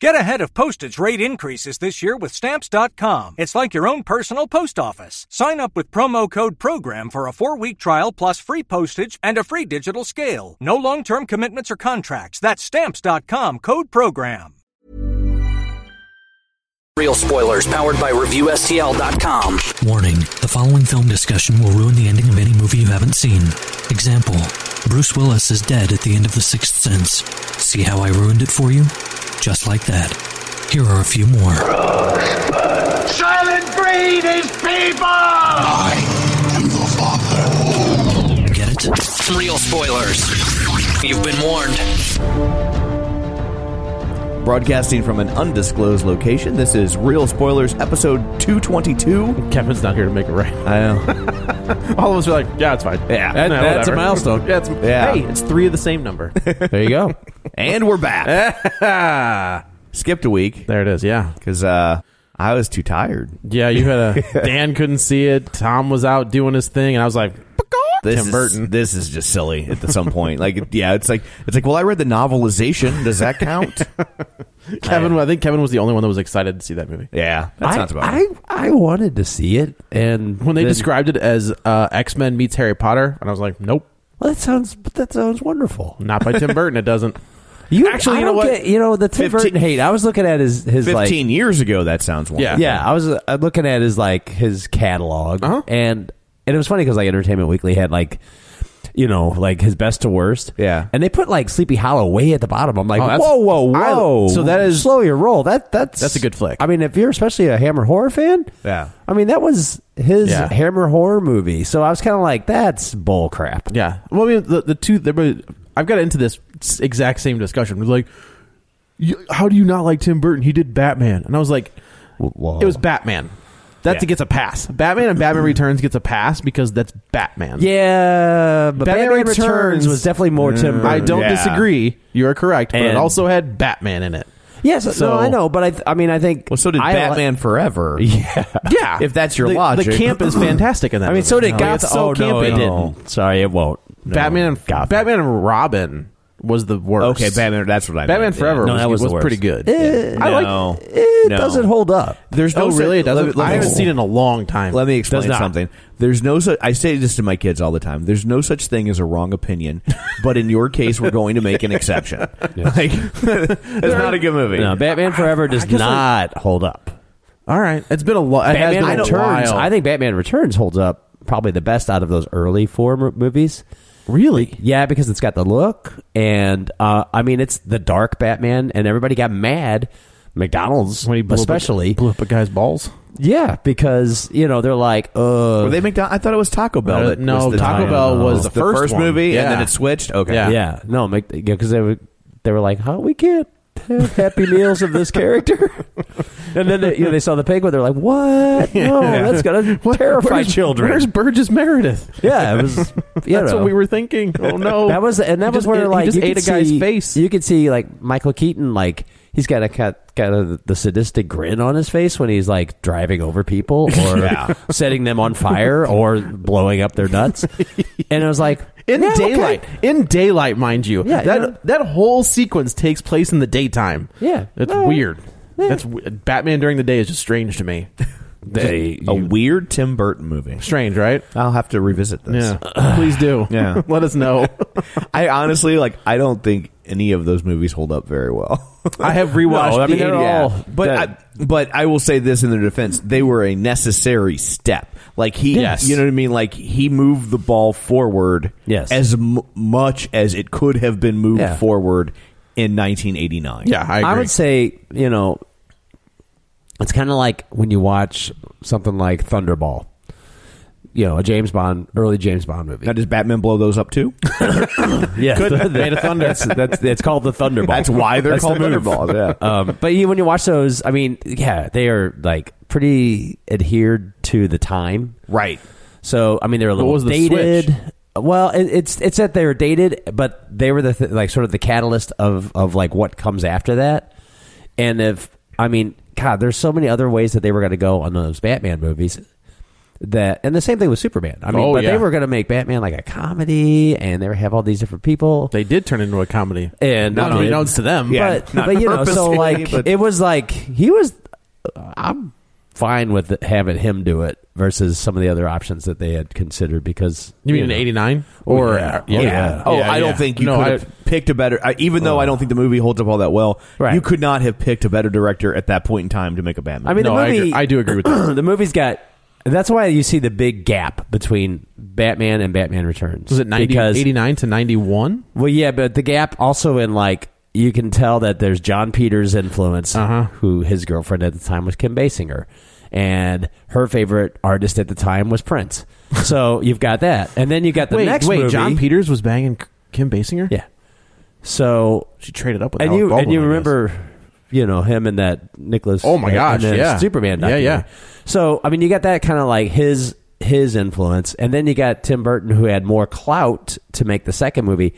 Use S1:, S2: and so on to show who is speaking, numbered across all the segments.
S1: Get ahead of postage rate increases this year with Stamps.com. It's like your own personal post office. Sign up with promo code PROGRAM for a four week trial plus free postage and a free digital scale. No long term commitments or contracts. That's Stamps.com code PROGRAM.
S2: Real spoilers powered by ReviewSTL.com.
S3: Warning the following film discussion will ruin the ending of any movie you haven't seen. Example Bruce Willis is dead at the end of The Sixth Sense. See how I ruined it for you? Just like that. Here are a few more.
S4: Silent breed is people! I am the father.
S3: Get it?
S2: Real spoilers. You've been warned.
S5: Broadcasting from an undisclosed location, this is Real Spoilers, episode 222.
S6: Kevin's not here to make it right.
S5: I know.
S6: All of us are like, yeah, it's fine.
S5: Yeah, that-
S6: No,
S5: that's a
S6: whatever.
S5: milestone.
S6: yeah, it's,
S5: Yeah.
S6: Hey, it's three of the same number. there you go.
S5: and we're back. Skipped a week
S6: There it is. Yeah,
S5: because uh, I was too tired.
S6: yeah. You had a Dan couldn't see it. Tom was out doing his thing, and I was like,
S5: This
S6: Tim
S5: is,
S6: Burton.
S5: This is just silly at some point. Like, yeah, it's like it's like. Well, I read the novelization. Does that count?
S6: Kevin. I think Kevin was the only one that was excited to see that movie.
S5: yeah, that
S7: I,
S5: sounds about
S7: I,
S5: right.
S7: I wanted to see it, and
S6: When they
S7: then-
S6: described it as uh, X Men meets Harry Potter, and I was like, nope,
S7: well, that sounds that sounds wonderful.
S6: not by Tim Burton. It doesn't.
S7: You
S6: Actually,
S7: I
S6: you know
S7: don't
S6: what?
S7: Get, you know the Tim
S5: 15
S7: Burton hate. I was looking at his his
S5: Fifteen
S7: like
S5: years ago, that sounds wonderful.
S7: yeah. I was uh, I'm looking at his like his catalog,
S6: Uh-huh.
S7: and and it was funny because like Entertainment Weekly had like. You know, like his best to worst.
S5: Yeah.
S7: and they put like Sleepy Hollow way at the bottom. I'm like,
S6: Oh, that's-
S7: whoa, whoa,
S6: I-
S7: whoa.
S6: so that is-
S7: slow your roll. That that's
S6: That's a good flick.
S7: I mean, if you're especially a Hammer horror fan,
S5: Yeah.
S7: I mean, that was his
S6: Yeah.
S7: Hammer horror movie. So I was kind of like, that's bull crap.
S6: Yeah. Well, I mean, the, the two, they were- I've got into this exact same discussion. It was like, you, how do you not like Tim Burton? He did Batman. And I was like, it was Batman. That
S5: Yeah.
S6: gets a pass. Batman and Batman Returns gets a pass because that's Batman.
S7: Yeah, but
S6: Batman
S7: Batman, Returns,
S6: Returns Mm.
S7: was definitely more Tim. Burton.
S6: I don't
S5: Yeah.
S6: disagree. You're correct, but it
S7: And-
S6: also had Batman in it.
S7: Yes,
S6: So-
S7: no, I know, but I, th- I mean, I think.
S5: Well, so did
S7: I
S5: Batman Forever.
S7: Yeah,
S6: Yeah,
S5: If that's your
S6: the,
S5: logic.
S6: the camp is fantastic in that.
S7: I mean, so did
S6: movie.
S7: Gotham.
S6: It's so
S7: oh, no,
S6: campy.
S7: it didn't. Sorry, it won't. No,
S6: Batman and
S7: Gotham.
S6: Batman and Robin was the worst.
S5: Okay, Batman. That's what I.
S6: Batman
S5: meant.
S6: Forever
S7: No, that
S6: was,
S7: was the
S6: was
S7: worst.
S6: pretty good.
S7: Eh,
S5: Yeah.
S6: I like
S5: no,
S7: It
S5: no.
S7: doesn't hold up.
S6: There's no
S5: Oh,
S6: really. It
S5: so- let
S6: doesn't.
S5: me-
S6: I haven't
S5: let me-
S6: seen it in a long time.
S5: Let me
S6: Does
S5: explain
S6: not.
S5: something. There's no such. I say this to my kids all the time. There's no such thing as a wrong opinion, but in your case, we're going to make an exception. Like, it's not a good movie.
S7: No, Batman Forever does
S6: guess, like-
S7: not hold up.
S6: All right, it's been a lot. It has
S7: Batman
S6: been a
S7: Returns.
S6: while.
S7: I think Batman Returns holds up probably the best out of those early four mo- movies.
S6: really.
S7: Yeah, because it's got the look, and uh, I mean, it's the dark Batman, and everybody got mad. McDonald's,
S6: When he blew up a-
S7: especially,
S6: blew up a guy's balls.
S7: yeah, because you know they're like, uh,
S5: Were they McDonald's? I thought it was Taco Bell.
S6: Uh,
S5: That
S6: no,
S5: was the
S6: Taco
S5: I
S6: Bell
S5: don't know.
S6: was the first one.
S5: movie,
S6: Yeah.
S5: and then it switched. Okay,
S6: Yeah.
S7: yeah, no, Mc, because they were they were like, how we can't have happy meals of this character, and then they, you know, they saw the penguin, they're like, what? No, that's gonna terrify
S6: Where's-
S7: children.
S6: Where's Burgess Meredith?
S7: yeah, it was. You
S6: That's
S7: know.
S6: what we were thinking. Oh no,
S7: That was and that
S6: He
S7: was
S6: just
S7: where
S6: ate-
S7: like
S6: he just
S7: you
S6: ate a
S7: could
S6: guy's
S7: see-
S6: face.
S7: You could see like Michael Keaton like he's got a kind of the sadistic grin on his face when he's like driving over people or setting them on fire or blowing up their nuts. and I was like
S6: in
S7: yeah, okay.
S6: daylight, in daylight, mind you.
S7: Yeah,
S6: that
S7: you know.
S6: that whole sequence takes place in the daytime.
S7: Yeah.
S6: it's
S7: No.
S6: weird.
S7: Yeah.
S6: That's w- Batman during the day is just strange to me.
S5: They- a weird Tim Burton movie.
S6: Strange, right?
S5: I'll have to revisit this.
S6: Yeah, please do.
S5: Yeah.
S6: let us know.
S5: I honestly like. I don't think any of those movies hold up very well.
S6: I have rewatched
S5: No, I mean,
S6: the
S5: they're
S6: 80s.
S5: all-
S6: Yeah.
S5: But
S6: That-
S5: I, but I will say this in their defense: they were a necessary step. Like he,
S6: Yes.
S5: you know what I mean. Like he moved the ball forward,
S7: Yes.
S5: as m- much as it could have been moved
S7: Yeah.
S5: forward in 1989.
S6: Yeah, I agree.
S7: I would say, you know, it's kind of like when you watch something like Thunderball. you know a James Bond early James Bond movie.
S5: Now, does Batman blow those up too?
S7: yeah, made of thunder. That's, that's it's called the Thunderball.
S5: That's why they're
S7: the
S5: called
S7: move.
S5: Thunderballs, yeah.
S7: um, but you, when you watch those, I mean, yeah, they are like pretty adhered to the time.
S5: right.
S7: So I mean, they're a little
S6: was the
S7: dated.
S6: switch?
S7: Well, it, it's it's that they were dated, but they were the th- like sort of the catalyst of of like what comes after that. And if I mean, God, there's so many other ways that they were going to go on those Batman movies. That and the same thing with Superman. I mean,
S6: Oh,
S7: but
S6: yeah.
S7: they were going to make Batman like a comedy, and they would have all these different people.
S6: They did turn into a comedy.
S7: and
S6: Not unbeknownst to them,
S5: Yeah,
S7: but
S5: not
S7: but you know, so
S5: purposely,
S7: like
S5: but-
S7: it was like he was. uh, I'm fine with having him do it versus some of the other options that they had considered because
S6: You mean
S7: know.
S6: in '89 or
S7: yeah.
S6: yeah.
S7: Oh, yeah.
S5: Oh,
S6: Yeah,
S5: I
S6: yeah.
S5: don't think you
S6: No,
S5: could
S6: I-
S5: have picked a better. I, even though I don't think the movie holds up all that well,
S7: Oh. Right.
S5: you could not have picked a better director at that point in time to make a Batman.
S7: I mean,
S6: No,
S7: the
S6: I
S7: movie.
S6: agree- I do agree with that.
S7: the movie's got. That's why you see the big gap between Batman and Batman Returns.
S6: Was it 90,
S7: Because-
S6: 89 to 91?
S7: Well, yeah, but the gap also in like you can tell that there's John Peters' influence,
S6: Uh-huh.
S7: who his girlfriend at the time was Kim Basinger, and her favorite artist at the time was Prince. So you've got that, and then you got the
S6: wait,
S7: next
S6: wait,
S7: movie.
S6: John Peters was banging K- Kim Basinger?
S7: yeah. So
S6: She traded up with
S7: and
S6: Alec
S7: you
S6: Baldwin,
S7: and you
S6: I guess.
S7: remember, you know him and that Nicholas.
S6: Oh my gosh,
S7: and that
S6: yeah.
S7: Superman.
S6: Yeah,
S7: documentary.
S6: yeah.
S7: So I mean, you got that kind of like his his influence, and then you got Tim Burton who had more clout to make the second movie.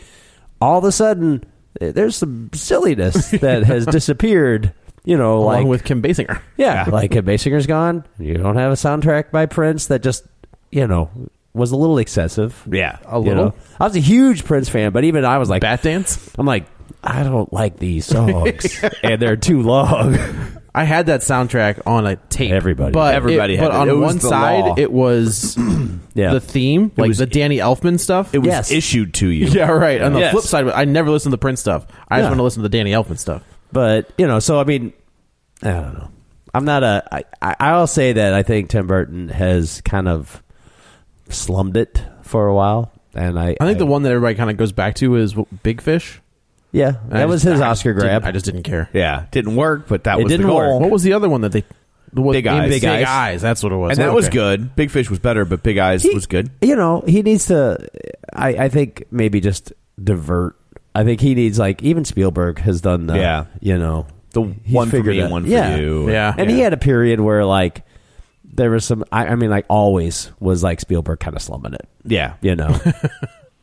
S7: All of a sudden, eh, there's some silliness that has disappeared. You know,
S6: along
S7: like
S6: with Kim Basinger.
S7: yeah, like Kim Basinger's gone. You don't have a soundtrack by Prince that just you know was a little excessive.
S5: yeah,
S7: A little. I was a huge Prince fan, but even I was like
S6: Bat Dance.
S7: I'm like, I don't like these songs, and they're too long.
S6: I had that soundtrack on a tape.
S7: Everybody-
S6: but
S5: everybody
S6: It,
S5: had
S6: but
S5: it.
S6: on
S5: It was
S6: one
S5: the
S6: side,
S5: law.
S6: it was
S7: Yeah,
S6: the theme, like
S5: was-
S6: the Danny Elfman stuff.
S5: it was
S7: Yes.
S5: issued to you.
S6: yeah, right. On the
S7: Yes.
S6: flip side, I never listened to the Prince stuff. I
S7: Yeah.
S6: just want to listen to the Danny Elfman stuff.
S7: but you know, so I mean, I don't know. I'm not a. I, I, I'll say that I think Tim Burton has kind of slummed it for a while, and I.
S6: I think the one that everybody kind of goes back to is what, Big Fish.
S7: Yeah,
S6: And
S7: that
S6: I
S7: was
S6: just-
S7: his
S6: I
S7: Oscar
S6: just didn't-
S7: grab.
S6: I just didn't care.
S5: yeah, didn't work, but that
S7: It
S5: was
S7: didn't
S5: the goal.
S7: work.
S6: What was the other one that they? The one,
S5: Big Eyes.
S6: Big,
S5: Big
S6: eyes.
S5: Eyes.
S6: That's what it was.
S5: and that was
S6: Okay.
S5: good. Oh, Big Fish was better, but Big Eyes was good.
S7: You know, he needs to. I, I think maybe just divert. I think he needs like even Spielberg has done. The,
S5: Yeah.
S7: you know
S5: The
S7: he's
S5: one for
S7: figured
S5: me,
S7: out-
S5: and one for
S7: Yeah.
S5: you.
S6: Yeah.
S7: and he had a period where like there was some I, I mean like always was like Spielberg kind of slumming it
S5: yeah,
S7: you know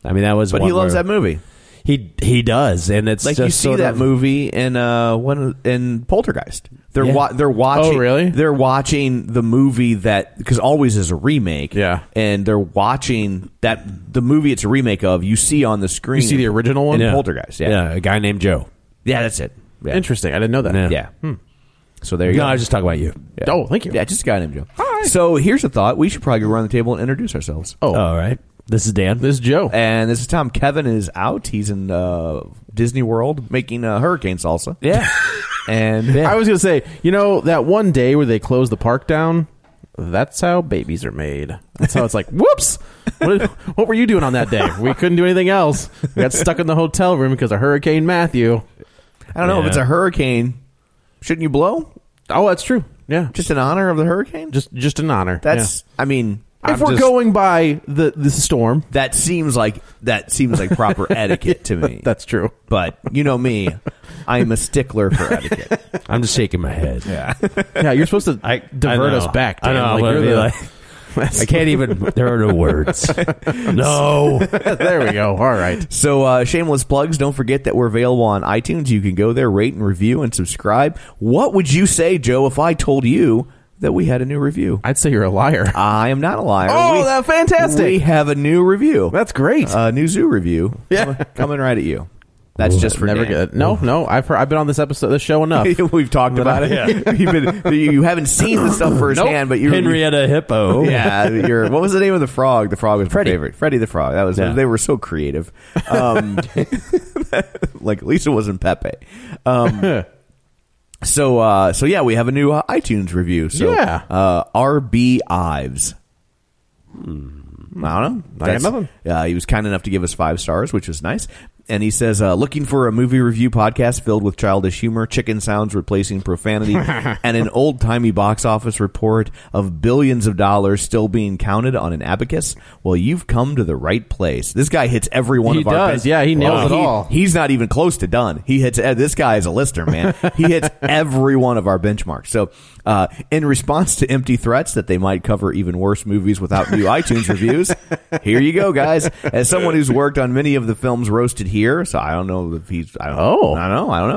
S7: I mean that was
S5: But
S7: one
S5: he loves
S7: where-
S5: that movie.
S7: he he does and it's
S5: Like
S7: just
S5: you see
S7: sort
S5: that
S7: of-
S5: movie in uh one in Poltergeist. They're
S7: Yeah.
S5: wa- they're watching.
S6: Oh, really?
S5: They're watching the movie that because always is a remake.
S6: Yeah.
S5: and they're watching that the movie it's a remake of. You see on the screen.
S6: You see the original one?
S5: in
S6: Yeah.
S5: Poltergeist. Yeah. yeah,
S7: a guy named Joe
S5: that's it. Yeah.
S6: Interesting. I didn't know that. Hmm.
S7: Yeah.
S5: Yeah. So there you
S7: no
S5: go.
S7: I was just talking about you
S5: Yeah.
S6: Oh, thank you.
S5: Yeah, just a guy named Joe. So here's a thought: we should probably go around the table and introduce ourselves.
S6: Oh,
S7: all right this is Dan
S6: this is Joe.
S5: And this is Tom. Kevin is out. He's in uh, Disney World making uh, hurricane salsa.
S7: yeah
S5: And
S6: I was gonna say, you know, that one day where they closed the park down. That's how babies are made. That's how it's like. Whoops! What, what were you doing on that day? We couldn't do anything else. We got stuck in the hotel room because of Hurricane Matthew.
S5: I don't know if it's a hurricane. Shouldn't you blow?
S6: Oh, that's true. Yeah,
S5: Just in honor of the hurricane?
S6: just just in honor.
S5: that's. I mean,
S6: Yeah.
S5: I'm
S6: if we're
S5: just-
S6: going by the the storm.
S5: that seems like that seems like proper etiquette to me.
S6: That's true.
S5: But you know me, I'm a stickler for etiquette.
S7: I'm just shaking my head yeah
S6: Yeah, you're supposed to
S7: I
S6: divert
S7: know.
S6: us back.
S7: I
S6: Dan.
S7: know, I'm
S6: Like,
S7: gonna
S6: you're
S7: be
S6: the-
S7: like- I can't even there are no words no
S6: there we go. All right.
S5: So uh, shameless plugs. Don't forget that we're available on iTunes. You can go there, rate and review, and subscribe. What would you say, Joe, if I told you that we had a new review?
S6: I'd say you're a liar.
S5: I am not a liar.
S6: Oh,
S5: We-
S6: that's fantastic.
S5: We have a new review.
S6: That's great.
S5: a new zoo review.
S6: Yeah.
S5: coming right at you. That's just for
S6: Never
S5: Dan.
S6: good. No, no. I've heard, I've been on this episode, this show enough.
S5: We've talked about it. You've been- you you haven't seen the stuff firsthand, but you
S7: Henrietta Hippo
S5: Yeah, you're, what was the name of the frog? The frog was
S7: Freddy.
S5: my favorite. Freddy the frog. That was
S7: Yeah.
S5: they were so creative. Um, like at least it wasn't Pepe. Um, so uh, so yeah, we have a new uh, iTunes review. So
S6: Yeah.
S5: uh, RB Ives. I don't know.
S6: I got nothing.
S5: Uh, he was kind enough to give us five stars, which was nice. and he says, uh, looking for a movie review podcast filled with childish humor, chicken sounds replacing profanity, and an old timey box office report of billions of dollars still being counted on an abacus? Well, you've come to the right place. This guy hits every one
S6: He
S5: of our
S6: does.
S5: picks.
S6: Yeah, he nails it all.
S5: He's not even close to done. He hits eh, this guy is a lister, man. He hits every one of our benchmarks. So, uh, in response to empty threats that they might cover even worse movies without new iTunes reviews, here you go, guys. As someone who's worked on many of the films roasted here, so I don't know if he's. I don't,
S6: Oh.
S5: I don't know. I don't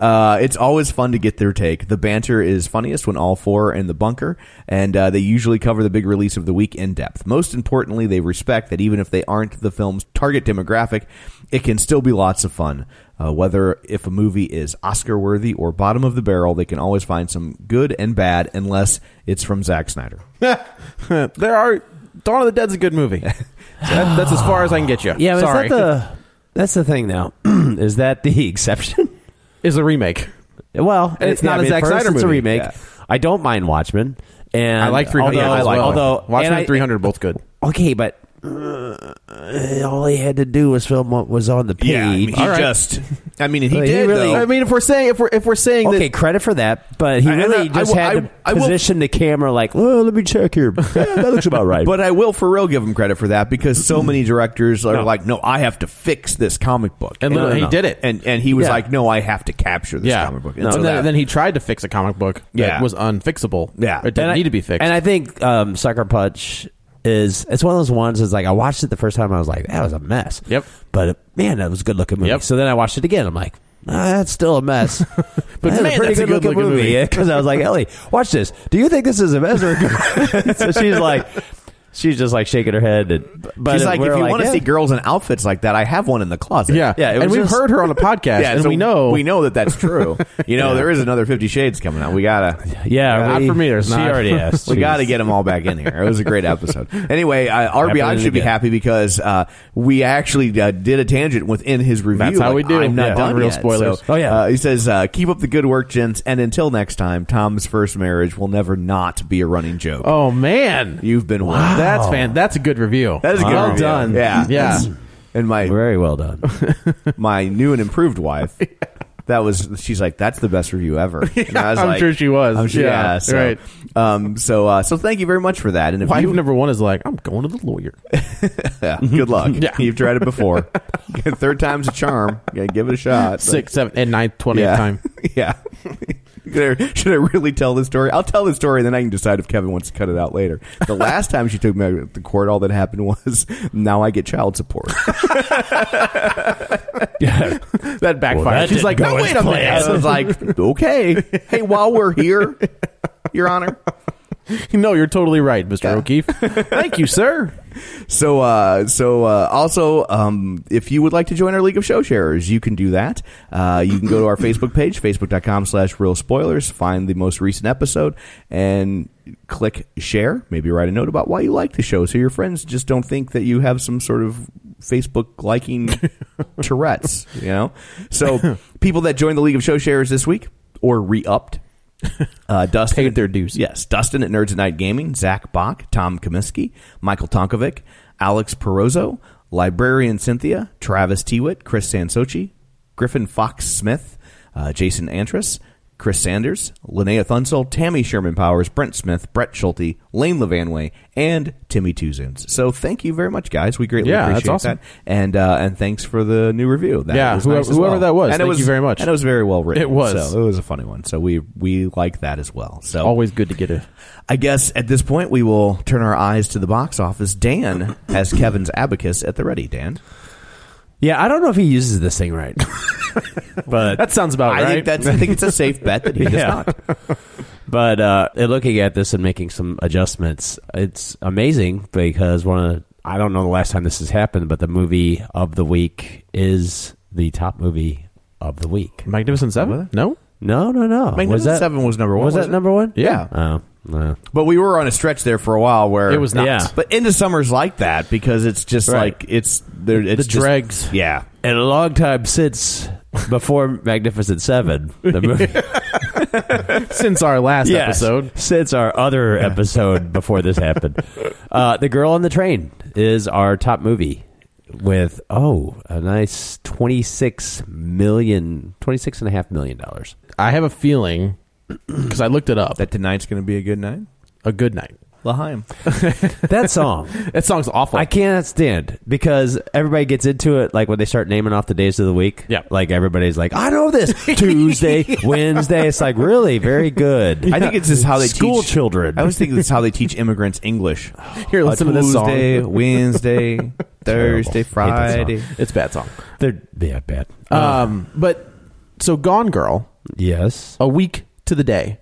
S5: know. Uh, it's always fun to get their take. The banter is funniest when all four are in the bunker, and uh, they usually cover the big release of the week in depth. Most importantly, they respect that even if they aren't the film's target demographic, it can still be lots of fun. Uh, whether if a movie is Oscar worthy or bottom of the barrel, they can always find some good and bad, unless it's from Zack Snyder.
S6: there are Dawn of the Dead's a good movie. So that- that's as far as I can get you.
S7: Yeah, but
S6: sorry.
S7: is that the that's the thing now? is that the exception?
S6: is a remake.
S7: Well,
S6: And it's
S7: yeah,
S6: not
S7: I
S6: a
S7: mean,
S6: Zack
S7: first
S6: Snyder
S7: it's a
S6: movie.
S7: remake.
S6: Yeah.
S7: I don't mind Watchmen, and
S6: I like 300
S7: Although,
S6: as well.
S7: although
S6: Watchmen
S7: and
S6: and
S7: I-
S6: 300 are both good.
S7: Okay, but uh, all he had to do was film what was on the page.
S5: Yeah, I mean, he
S7: All right.
S5: just. I mean, and he
S7: He
S5: did.
S7: really-
S5: though.
S6: I mean, if we're saying if we're if we're saying
S7: Okay,
S6: that
S7: credit for that, but he
S5: I- and
S7: really
S5: I- I
S7: just
S5: will-
S7: had
S5: I-
S7: to
S5: I will-
S7: position the camera like, well, let me check here. Yeah, that looks about right.
S5: But I will for real give him credit for that because so many directors are like, no, I have to fix this comic book,
S6: And
S5: no,
S6: literally
S5: no,
S6: he
S5: no.
S6: did it.
S5: and and he was
S7: Yeah.
S5: like, no, I have to capture this
S6: yeah,
S5: comic book.
S6: and
S5: so
S6: then,
S5: that-
S6: then he tried to fix a comic book
S5: Yeah.
S6: that was unfixable.
S5: Yeah.
S6: it didn't
S7: And I-
S6: need to be fixed.
S7: And I think um, Sucker Punch is it's one of those ones. Is like I watched it the first time, I was like, that was a mess.
S6: Yep.
S7: But man, that was a good looking movie.
S6: Yep.
S7: So then I watched it again. I'm like. "Ah, that's still a mess, but
S6: man, that's a good-looking movie.
S7: Because I was like, Ellie, watch this. Do you think this is a mess or a good? so she's like, she's just like shaking her head. And, but
S5: She's like, if
S7: we're
S5: you want to
S7: yeah.
S5: see girls in outfits like that, I have one in the closet.
S6: yeah,
S7: yeah, it
S6: and
S7: was
S6: we've
S7: just-
S6: heard her on the podcast,
S5: Yeah,
S6: and
S5: so
S6: we know
S5: we know that that's true. You know, there is another Fifty Shades coming out. We gotta
S7: yeah,
S6: Not
S7: we-
S6: for me, there's
S7: she
S6: not.
S7: already asked.
S5: We
S7: She's-
S5: got to get them all back in here. It was a great episode. Anyway, uh, RBI
S7: Happening
S5: should be
S7: again.
S5: happy because uh, we actually uh, did a tangent within his review.
S6: That's how we do.
S5: I'm not
S6: Yeah.
S5: done
S6: Unreal
S5: yet."
S6: spoilers.
S5: So,
S7: Oh, yeah.
S5: uh, he says, uh, "Keep up the good work, gents, and until next time, Tom's first marriage will never not be a running joke.
S6: Oh man,
S5: You've been one.
S6: That's fan. That's a good review.
S5: That is a good.
S6: well
S5: review.
S6: done.
S5: Yeah,
S6: yeah.
S5: And my
S7: very well done.
S5: my new and improved wife." That was she's like that's the best review ever. And I was
S6: I'm
S5: like,
S6: sure she was.
S5: I'm sure,
S6: Yeah,
S5: yeah, so,
S6: right.
S5: Um, so uh, so thank you very much for that. And if
S6: Wife
S5: you,
S6: number one is like, I'm going to the lawyer.
S5: Yeah, good luck.
S6: Yeah.
S5: You've tried it before. Third time's a charm. Yeah, give it a shot.
S6: Six, seven, and ninth, twentieth
S5: yeah.
S6: time.
S5: Yeah. Should I really tell this story? I'll tell the story, and then I can decide if Kevin wants to cut it out later. The last time she took me out to court, all that happened was now I get child support.
S6: That backfired. She's like, no, wait a minute.
S5: I was like, okay. Hey, while we're here, Your Honor.
S6: no, you're totally right, Mr.
S5: Yeah.
S6: O'Keefe. Thank you, sir.
S5: So, uh, so uh, also, um, if you would like to join our League of Show Sharers, you can do that. Uh, you can go to our Facebook page, facebook.com slash real spoilers, find the most recent episode, and click share. Maybe write a note about why you like the show so your friends just don't think that you have some sort of Facebook liking Tourette's, you know? So, people that joined the League of Show Sharers this week or re upped, uh, Dustin
S6: Paid their dues.
S5: Yes, Dustin at Nerds at Night Gaming, Zach Bach, Tom Comiskey, Michael Tonkovic, Alex Perozzo, Librarian Cynthia, Travis Tewitt, Chris Sansochi, Griffin Fox Smith, uh, Jason Antris, Chris Sanders, Linnea Thunsell, Tammy Sherman Powers, Brent Smith, Brett Schulte, Lane Levanway, and Timmy Tuzoons. So thank you very much, guys. We greatly
S6: Yeah, that's
S5: appreciate
S6: awesome.
S5: that, and uh, and thanks for the new review. That
S6: Yeah,
S5: was
S6: whoever-
S5: nice as
S6: whoever
S5: well.
S6: that was,
S5: and it
S6: thank
S5: was
S6: you very much.
S5: And it was very well written.
S6: It was.
S5: So it was a funny one. So we we like that as well. So
S6: Always good to get a.
S5: I guess at this point we will turn our eyes to the box office. Dan has Kevin's abacus at the ready. Dan,
S7: Yeah, I don't know if he uses this thing right, but
S6: That sounds about
S5: I
S6: right.
S5: think that's I think it's a safe bet that he does
S7: Yeah.
S5: not.
S7: But uh, in looking at this and making some adjustments, it's amazing because one of the, I don't know the last time this has happened, but the movie of the week is the top movie of the week.
S6: Magnificent Seven. No,
S7: No, no, no. was
S5: Magnificent
S7: that
S5: Seven was number one,
S7: Was, that
S5: wasn't it?
S7: number one?
S5: Yeah.
S7: Oh, no.
S5: But we were on a stretch there for a while where
S6: It was not.
S7: Yeah.
S5: But into summer's like that because it's just
S7: Right.
S5: like it's there. It's just-
S6: dregs.
S5: Yeah.
S7: And a long time since before Magnificent Seven, the movie.
S6: since our last
S7: Yes,
S6: episode.
S7: since our other episode before this happened. Uh, the Girl on the Train is our top movie with oh a nice 26 million 26 and a half million dollars
S6: I have a feeling because I looked it up.
S5: That tonight's going to be a good night.
S6: a good night.
S5: Lahaim.
S7: that song
S6: That song's awful.
S7: I cannot stand because everybody gets into it like when they start naming off the days of the week.
S6: Yeah.
S7: Like everybody's like, I know this Tuesday, Wednesday. It's like really very good.
S5: I think it's just how they
S7: school
S5: teach
S7: children.
S5: I always think it's how they teach immigrants English.
S6: Here, listen to
S5: Tuesday,
S6: this song.
S5: Wednesday, Thursday,
S7: Terrible. Hate that song.
S5: Friday.
S6: It's a bad song.
S7: They're yeah bad.
S6: Um, but so Gone Girl,
S7: yes.
S6: a week to the day.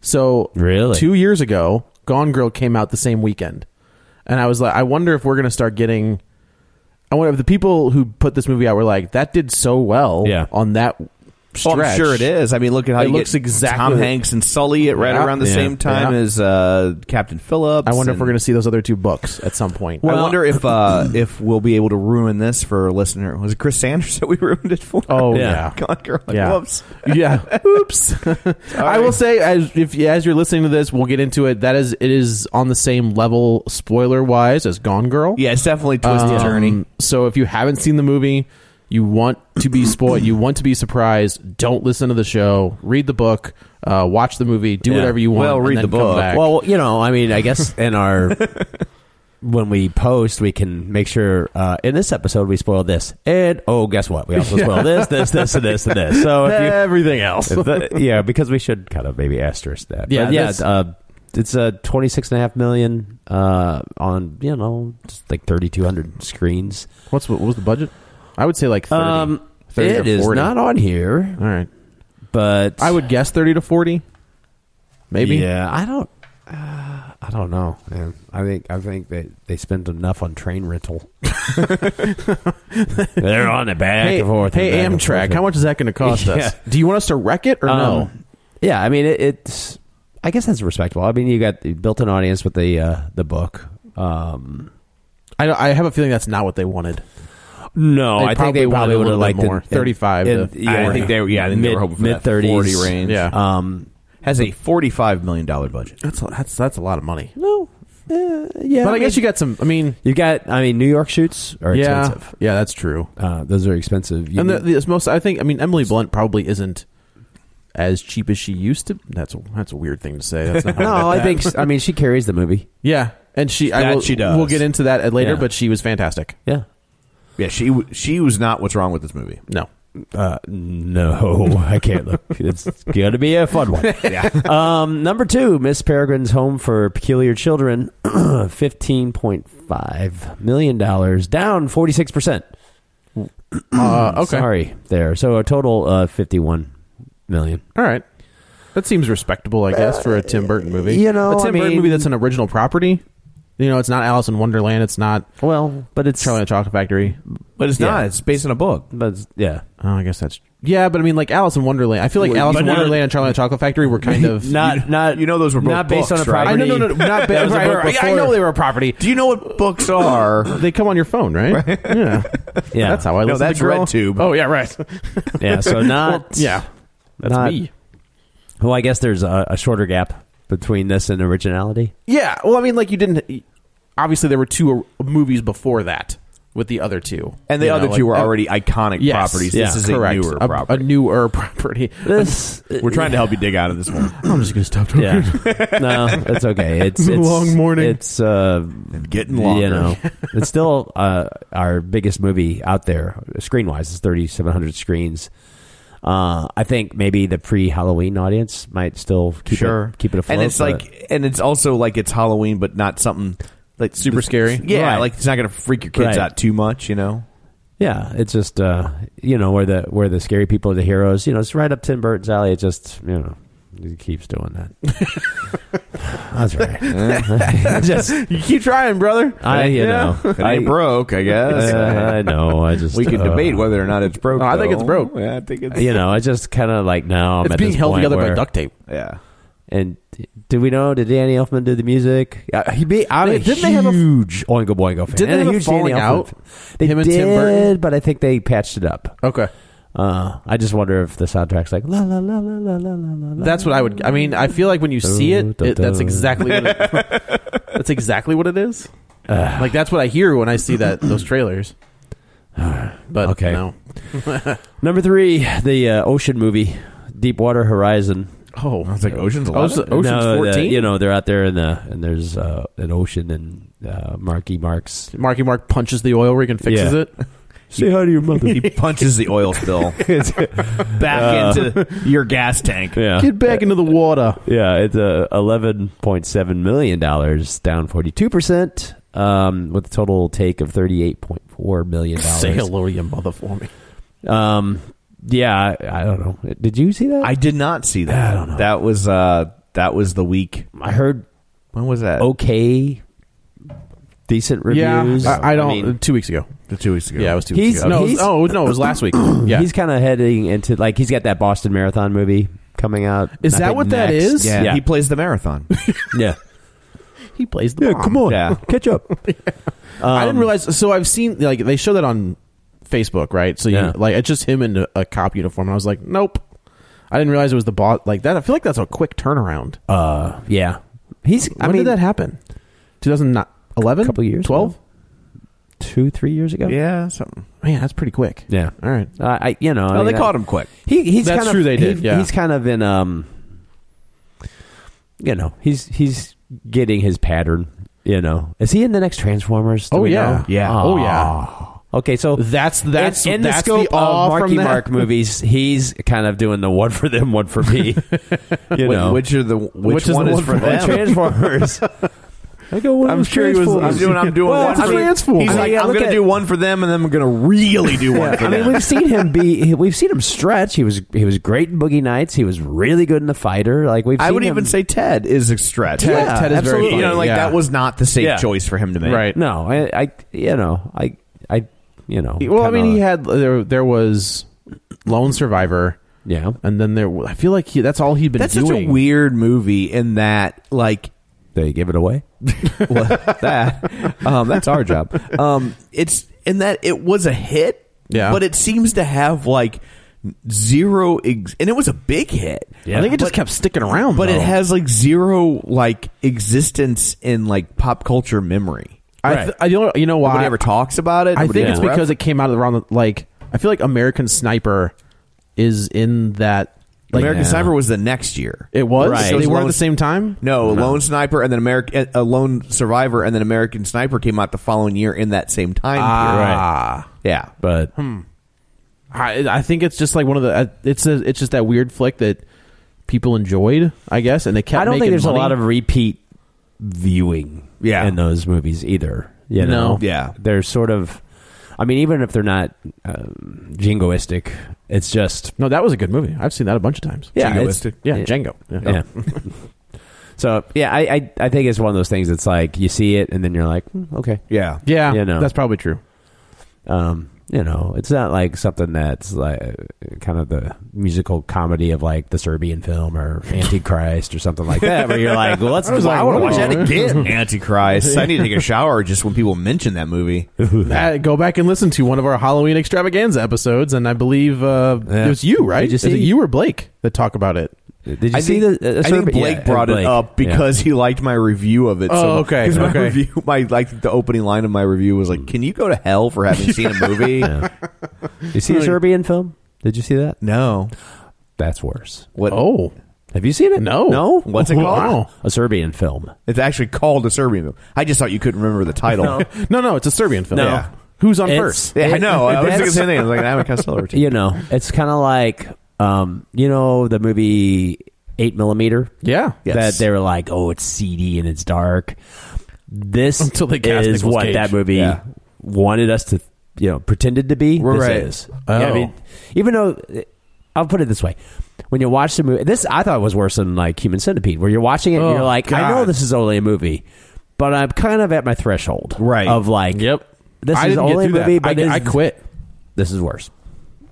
S6: So
S7: Really?
S6: two years ago, Gone Girl came out the same weekend, and I was like, I wonder if we're gonna start getting. I wonder if the people who put this movie out were like, that did so well
S7: Yeah.
S6: on that
S5: Oh,
S6: stretch.
S5: I'm sure it is. I mean, look at how
S6: It
S5: you
S6: looks
S5: get
S6: exactly-
S5: Tom Hanks and Sully at right
S6: Yeah.
S5: around the
S6: Yeah.
S5: same time
S6: Yeah.
S5: as uh, Captain Phillips.
S6: I wonder if
S5: and-
S6: we're gonna see those other two books at some point.
S5: I wonder if uh, if we'll be able to ruin this for a listener. Was it Chris Sanders that we ruined it for?
S6: Oh,
S7: Yeah.
S6: yeah.
S5: God, girl, like,
S6: Yeah.
S5: whoops.
S6: yeah. Oops. I will say, as if as you're listening to this, we'll get into it. That is, it is on the same level, spoiler wise, as Gone Girl.
S5: Yeah, it's definitely twist and turny.
S6: Um, So if you haven't seen the movie, you want to be spoiled, you want to be surprised. Don't listen to the show. Read the book. Uh, watch the movie. Do
S7: Yeah.
S6: whatever you want.
S5: Well,
S6: and
S5: read
S6: then
S5: the
S6: come
S5: book.
S6: back.
S7: Well, you know, I mean, I guess in our when we post, we can make sure uh, in this episode we spoil this, and oh, guess what? We also spoil this, this, this, and this, and this. So if you,
S6: everything else.
S7: If the- yeah, because we should kind of maybe asterisk that. But
S6: Yeah,
S7: yeah.
S6: that's-
S7: Uh, it's uh, 26 and a half million uh, on, you know, just like 3,200 screens.
S6: What's what was the budget? I would say like 30.
S7: Um,
S6: 30
S7: it
S6: to
S7: is
S6: 40.
S7: not on here,
S6: All right.
S7: but
S6: I would guess 30 to 40. Maybe.
S7: Yeah, I don't. Uh, I don't know. man. I think I think they they spend enough on train rental. They're on it back
S6: Hey,
S7: and forth. and
S6: hey
S7: back and
S6: Amtrak,
S7: forth.
S6: how much is that going to cost
S7: Yeah.
S6: us? Do you want us to wreck it or no?
S7: Um, Yeah, I mean it, it's. I guess that's respectable. I mean, you got you built an audience with the uh, the book. Um,
S6: I, I have a feeling that's not what they wanted.
S7: no,
S6: They
S7: Oh, I think
S6: probably
S7: they
S6: wanted
S7: probably
S6: a
S7: would have
S6: little bit
S7: liked
S6: more. 35
S7: and-
S6: to
S7: yeah, I think they were yeah,
S5: I think they were hoping for that
S7: mid thirties
S5: 40 range.
S6: Yeah.
S7: Um,
S5: Has a forty-five million dollar budget.
S6: That's a, that's that's a lot of money.
S7: no, uh, yeah,
S6: but I,
S7: mean,
S6: guess you got some. I mean,
S7: you got. I mean, New York shoots are
S6: yeah,
S7: expensive.
S6: yeah, that's true.
S7: Uh, those are expensive. You
S6: and the,
S7: need-
S6: the most, I think, I mean, Emily Blunt probably isn't as cheap as she used to. That's a, that's a weird thing to say. That's not how
S7: no, I think. I mean, she carries the movie.
S6: yeah, and she, I
S5: That
S6: will,
S5: she does.
S6: We'll get into that at later,
S7: Yeah.
S6: but she was fantastic.
S7: Yeah.
S5: Yeah, she w- she was not what's wrong with this movie.
S6: No,
S7: Uh, no, I can't look. It's going to be a fun one. yeah. Um, number two, Miss Peregrine's Home for Peculiar Children, fifteen point five million dollars, down forty six percent.
S6: uh, okay,
S7: Sorry, there. So a total uh, fifty one million.
S6: all right. That seems respectable, I guess, for a
S5: Uh,
S6: Tim Burton movie.
S7: you know,
S6: a Tim
S7: I
S6: Burton
S7: mean-
S6: movie that's an original property. You know, it's not Alice in Wonderland. It's not
S7: Well, but it's
S6: Charlie and the Chocolate Factory.
S5: But it's
S7: Yeah.
S5: not. It's based on a book.
S7: but it's- yeah,
S6: Oh, I guess that's yeah, but I mean, like Alice in Wonderland. I feel like Alice in
S5: but not-
S6: Wonderland and Charlie and the Chocolate Factory were kind of
S7: not not
S5: you know those were both
S7: not based
S5: books,
S7: on a
S5: right?
S7: property.
S6: I know, no, no, no, not
S7: That
S6: bad.
S7: was a
S6: Right,
S7: book
S6: right, yeah, I
S7: before.
S6: know they were a property.
S5: Do you know what books are?
S6: They come on your phone, right? Yeah,
S7: Yeah,
S6: that's how I
S5: No,
S6: listen
S5: that's
S6: to Girl.
S5: RedTube.
S6: Oh yeah, right.
S7: Yeah, so not
S6: yeah, that's
S7: not-
S6: me.
S7: Well, I guess there's a, a shorter gap between this and originality.
S6: Yeah. Well, I mean, like you didn't. Obviously, there were two uh, movies before that with the other two,
S5: And the
S6: You know,
S5: other
S6: like-
S5: two were
S6: uh,
S5: already iconic
S6: yes,
S5: properties.
S6: yeah,
S5: this is
S6: correct.
S5: a newer
S6: a,
S5: property.
S6: A newer property.
S7: This
S5: we're trying to help you dig out of this one
S6: I'm just gonna stop talking.
S7: Yeah, no, it's okay. It's,
S6: It's a
S7: it's-
S6: long morning.
S7: It's uh,
S5: and getting longer.
S7: you know, it's still uh, our biggest movie out there screen wise. It's thirty seven hundred screens. Uh, I think maybe the pre Halloween audience might still keep
S5: sure,
S7: it keep it afloat.
S5: and it's
S7: but-
S5: like, and it's also like it's Halloween, but not something like
S6: Super scary?
S5: Yeah,
S7: Right.
S5: like it's not going to freak your kids
S7: Right.
S5: out too much, you know.
S7: yeah, it's just uh, you know where the where the scary people are the heroes. You know, it's right up Tim Burton's alley. It just you know. He keeps doing that. That's right. just
S6: You keep trying, brother.
S7: I you know
S5: If it ain't broke, I guess.
S7: Uh, I know. I just
S5: we can
S7: uh,
S5: debate whether or not it's broke.
S6: I think
S5: though.
S6: it's broke.
S5: Yeah, I think it's
S7: You know, I just kind of like now. I'm
S6: it's
S7: at
S6: being
S7: this
S6: held
S7: point
S6: together by
S7: where-
S6: duct tape.
S5: yeah.
S7: And do we know? Did Danny Elfman do the music? Uh, he be, I'm a
S6: Wait,
S7: huge
S6: didn't they have a-
S7: Oingo Boingo fan.
S6: Didn't they
S7: and
S6: have a
S7: huge
S6: falling
S7: Danny Elfman
S6: out?
S7: fan. They
S6: Him and
S7: did,
S6: Tim Burton? Oh.
S7: but I think they patched it up.
S6: Okay.
S7: Uh, I just wonder if the soundtrack's like la la la la la la la la.
S6: That's what I would. I mean, I feel like when you see it, it that's exactly what it, that's exactly what it is. like that's what I hear when I see that those trailers. But
S7: Okay.
S6: no.
S7: Number three, the uh, ocean movie, Deepwater Horizon.
S6: Oh, I was like
S5: Ocean's Eleven?
S6: Ocean's
S7: No, the-
S6: fourteen.
S7: you know, they're out there in the and there's uh, an ocean and uh, Marky Marks.
S6: Marky Mark punches the oil rig and fixes
S7: Yeah.
S6: it.
S7: Say hi to your mother.
S5: He punches the oil spill back into your gas tank.
S7: yeah,
S6: Get back into the water.
S7: yeah. It's uh, eleven point seven million dollars, down forty two percent, um, with a total take of thirty eight point four million
S6: Say
S7: dollars.
S6: hello to your mother for me.
S7: Um, yeah, I, I don't know. Did you see that?
S5: I did not see that.
S7: I don't know.
S5: That was uh, that was the week.
S7: I heard
S5: When was that?
S7: okay, decent reviews.
S6: Oh, Yeah, I, I don't.
S7: mean,
S6: two weeks ago.
S5: The two weeks ago.
S6: Yeah, it was two
S7: He's-
S6: weeks ago. No, it was-
S7: he's-
S6: oh no, it was last week. Yeah,
S7: He's kind of heading into like he's got that Boston Marathon movie coming out.
S6: Is
S7: I
S6: that
S7: think
S6: what that
S7: next.
S6: is?
S7: Yeah.
S5: Yeah, he plays the marathon.
S7: yeah.
S6: he plays the. mom.
S5: Yeah.
S7: catch up.
S6: I
S7: Um,
S6: didn't realize. So I've seen like they show that on Facebook, right? So you,
S7: Yeah.
S6: like it's just him in a, a cop uniform, and I was like, nope. I didn't realize it was the boss like that. I feel like that's a quick turnaround.
S7: Uh, yeah, he's.
S6: when
S7: I mean,
S6: did that happen? 2011?
S7: Couple years ago.
S6: 12?
S7: two, three years ago.
S5: yeah, something.
S6: Man, that's pretty quick.
S7: yeah.
S6: All right.
S7: Uh, I, you know, I
S5: No,
S7: mean,
S5: they
S7: I-
S5: caught him quick.
S7: He, he's
S6: That's
S7: kind of,
S6: true, they did,
S7: he-
S6: yeah.
S7: he's kind of in um, you know, he's he's getting his pattern. You know, is he in the next Transformers? Do
S6: Oh
S7: we
S6: yeah.
S7: know?
S6: Yeah. Oh yeah.
S7: Okay, so
S6: That's-
S7: in-
S6: that's-
S7: in,
S6: that's
S7: the scope
S6: the awe
S7: of
S6: from
S7: Marky
S6: that.
S7: Mark movies. He's kind of doing the one for them, one for me. you know,
S5: Which are the which,
S6: Which is
S5: one
S6: the
S5: is
S6: one
S5: for
S6: for
S5: them?
S7: Transformers. I go. One
S5: I'm
S7: of
S5: sure he was. I'm
S7: Transformers.
S5: doing. I'm doing
S7: Well,
S5: one.
S7: I
S5: for-
S7: mean,
S5: He's
S7: I mean,
S5: like,
S7: yeah,
S5: I'm
S7: look
S5: gonna
S7: at-
S5: do one for them, and then I'm gonna really do one for
S7: I
S5: them.
S7: mean, we've seen him be. We've seen him stretch. He was. He was great in Boogie Nights. He was really good in the fighter. Like we've.
S5: I
S7: seen
S5: would
S7: him-
S5: even say Ted is a stretch.
S6: Ted- Yeah, Ted is very
S5: You know,
S6: funny,
S5: like
S6: yeah.
S5: that was not the safe
S7: Yeah.
S5: choice for him to make.
S6: Right.
S7: no. I, I. You know. I. I. You know.
S6: Well, I mean,
S7: kinda-
S6: he had there. There was Lone Survivor,
S7: Yeah.
S6: and then there. I feel like he, that's all he'd been
S5: That's
S6: doing.
S5: such a weird movie in that, like,
S7: They give it away.
S5: well, that um, that's our job. Um, it's in that it was a hit,
S6: Yeah.
S5: but it seems to have like zero, ex- and it was a big hit.
S7: Yeah.
S6: I think it just
S5: But-
S6: kept sticking around.
S5: but it
S6: though.
S5: has like zero like existence in like pop culture memory.
S6: I, th- I don't. You know why?
S5: Nobody ever talks about it.
S6: I
S5: Nobody
S6: think it's
S5: ever
S6: because it came out around the, like I feel like American Sniper is in that. Like,
S5: American
S6: Yeah.
S5: Sniper was the next year.
S6: It was.
S5: Right.
S6: They
S5: It was
S6: were at
S5: Lone-
S6: the same time.
S5: No, Lone Sniper and then American uh, Lone Survivor and then American Sniper came out the following year in that same time
S6: Ah.
S5: period. Yeah.
S7: But
S6: I, I think it's just like one of the. I- It's a, it's just that weird flick that people enjoyed, I guess, and they kept.
S7: I don't think
S6: making
S7: there's
S6: money.
S7: a lot of repeat viewing
S5: Yeah.
S7: in those movies either. You
S6: No.
S7: know?
S5: Yeah.
S7: They're sort of, I mean, even if they're not um, jingoistic, it's just,
S6: No, that was a good movie. I've seen that a bunch of times.
S7: yeah. it's-
S5: Jingoistic.
S6: Yeah, Django.
S7: Yeah. Oh. so, yeah, I, I, I think it's one of those things that's like, you see it and then you're like, "Hmm, okay.
S5: Yeah.
S6: Yeah,
S7: You know.
S6: that's probably true.
S7: um, you know, it's not like something that's like kind of the musical comedy of like the Serbian film or Antichrist or something like that, where you're like, well, let's.
S6: like,
S7: I want to
S6: whoa.
S7: watch that again.
S5: Antichrist. I need to take a shower just when people mention that movie.
S6: Uh, go back and listen to one of our Halloween extravaganza episodes, and I believe uh,
S7: Yeah.
S6: it was you, right?
S7: Did you
S6: Is it
S7: see-
S6: you or Blake that talk about it?
S7: Did you
S5: I
S7: see
S5: think,
S7: the? uh,
S5: I think
S7: Serbian-
S5: Blake
S7: yeah,
S5: brought
S7: Blake.
S5: it up
S7: Yeah.
S5: because he liked my review of it. so
S6: Oh,
S5: much.
S6: okay,
S5: 'Cause my
S6: okay.
S5: review, my like the opening line of my review was like, "Can you go to hell for having seen a movie?"
S7: You see a Serbian film? Did you see that?
S5: No.
S7: That's worse.
S5: What?
S6: Oh,
S7: Have you seen it?
S6: No.
S7: No.
S5: What's it called?
S6: Wow.
S7: A Serbian film.
S5: It's actually called a Serbian movie. I just thought you couldn't remember the title.
S6: no, no, it's a Serbian film.
S7: No.
S5: Yeah.
S6: Who's on
S7: It's-
S6: first?
S5: Yeah, I know. I was thinking the
S7: That's-
S5: same thing. I was like, I'm a Costello routine.
S7: You know, it's kind of like, um, you know, the movie Eight Millimeter.
S6: Yeah.
S7: that they were like, "Oh, it's seedy and it's dark." This
S6: Until they cast
S7: is
S6: Nicolas
S7: what
S6: Cage.
S7: that movie
S5: Yeah.
S7: wanted us to, you know, pretended to be. This
S5: Right.
S7: is. Yeah, I
S6: Oh.
S7: mean, even though eh, I'll put it this way. When you watch the movie, this I thought was worse than like Human Centipede, where you're watching it and
S6: Oh,
S7: you're like, I know
S6: God.
S7: this is only a movie, but I'm kind of at my threshold,
S5: Right.
S7: Of like, this
S6: I
S7: is
S6: didn't get
S7: only a
S6: through that.
S7: movie, but
S6: I,
S7: it is-
S6: I quit.
S7: This is worse.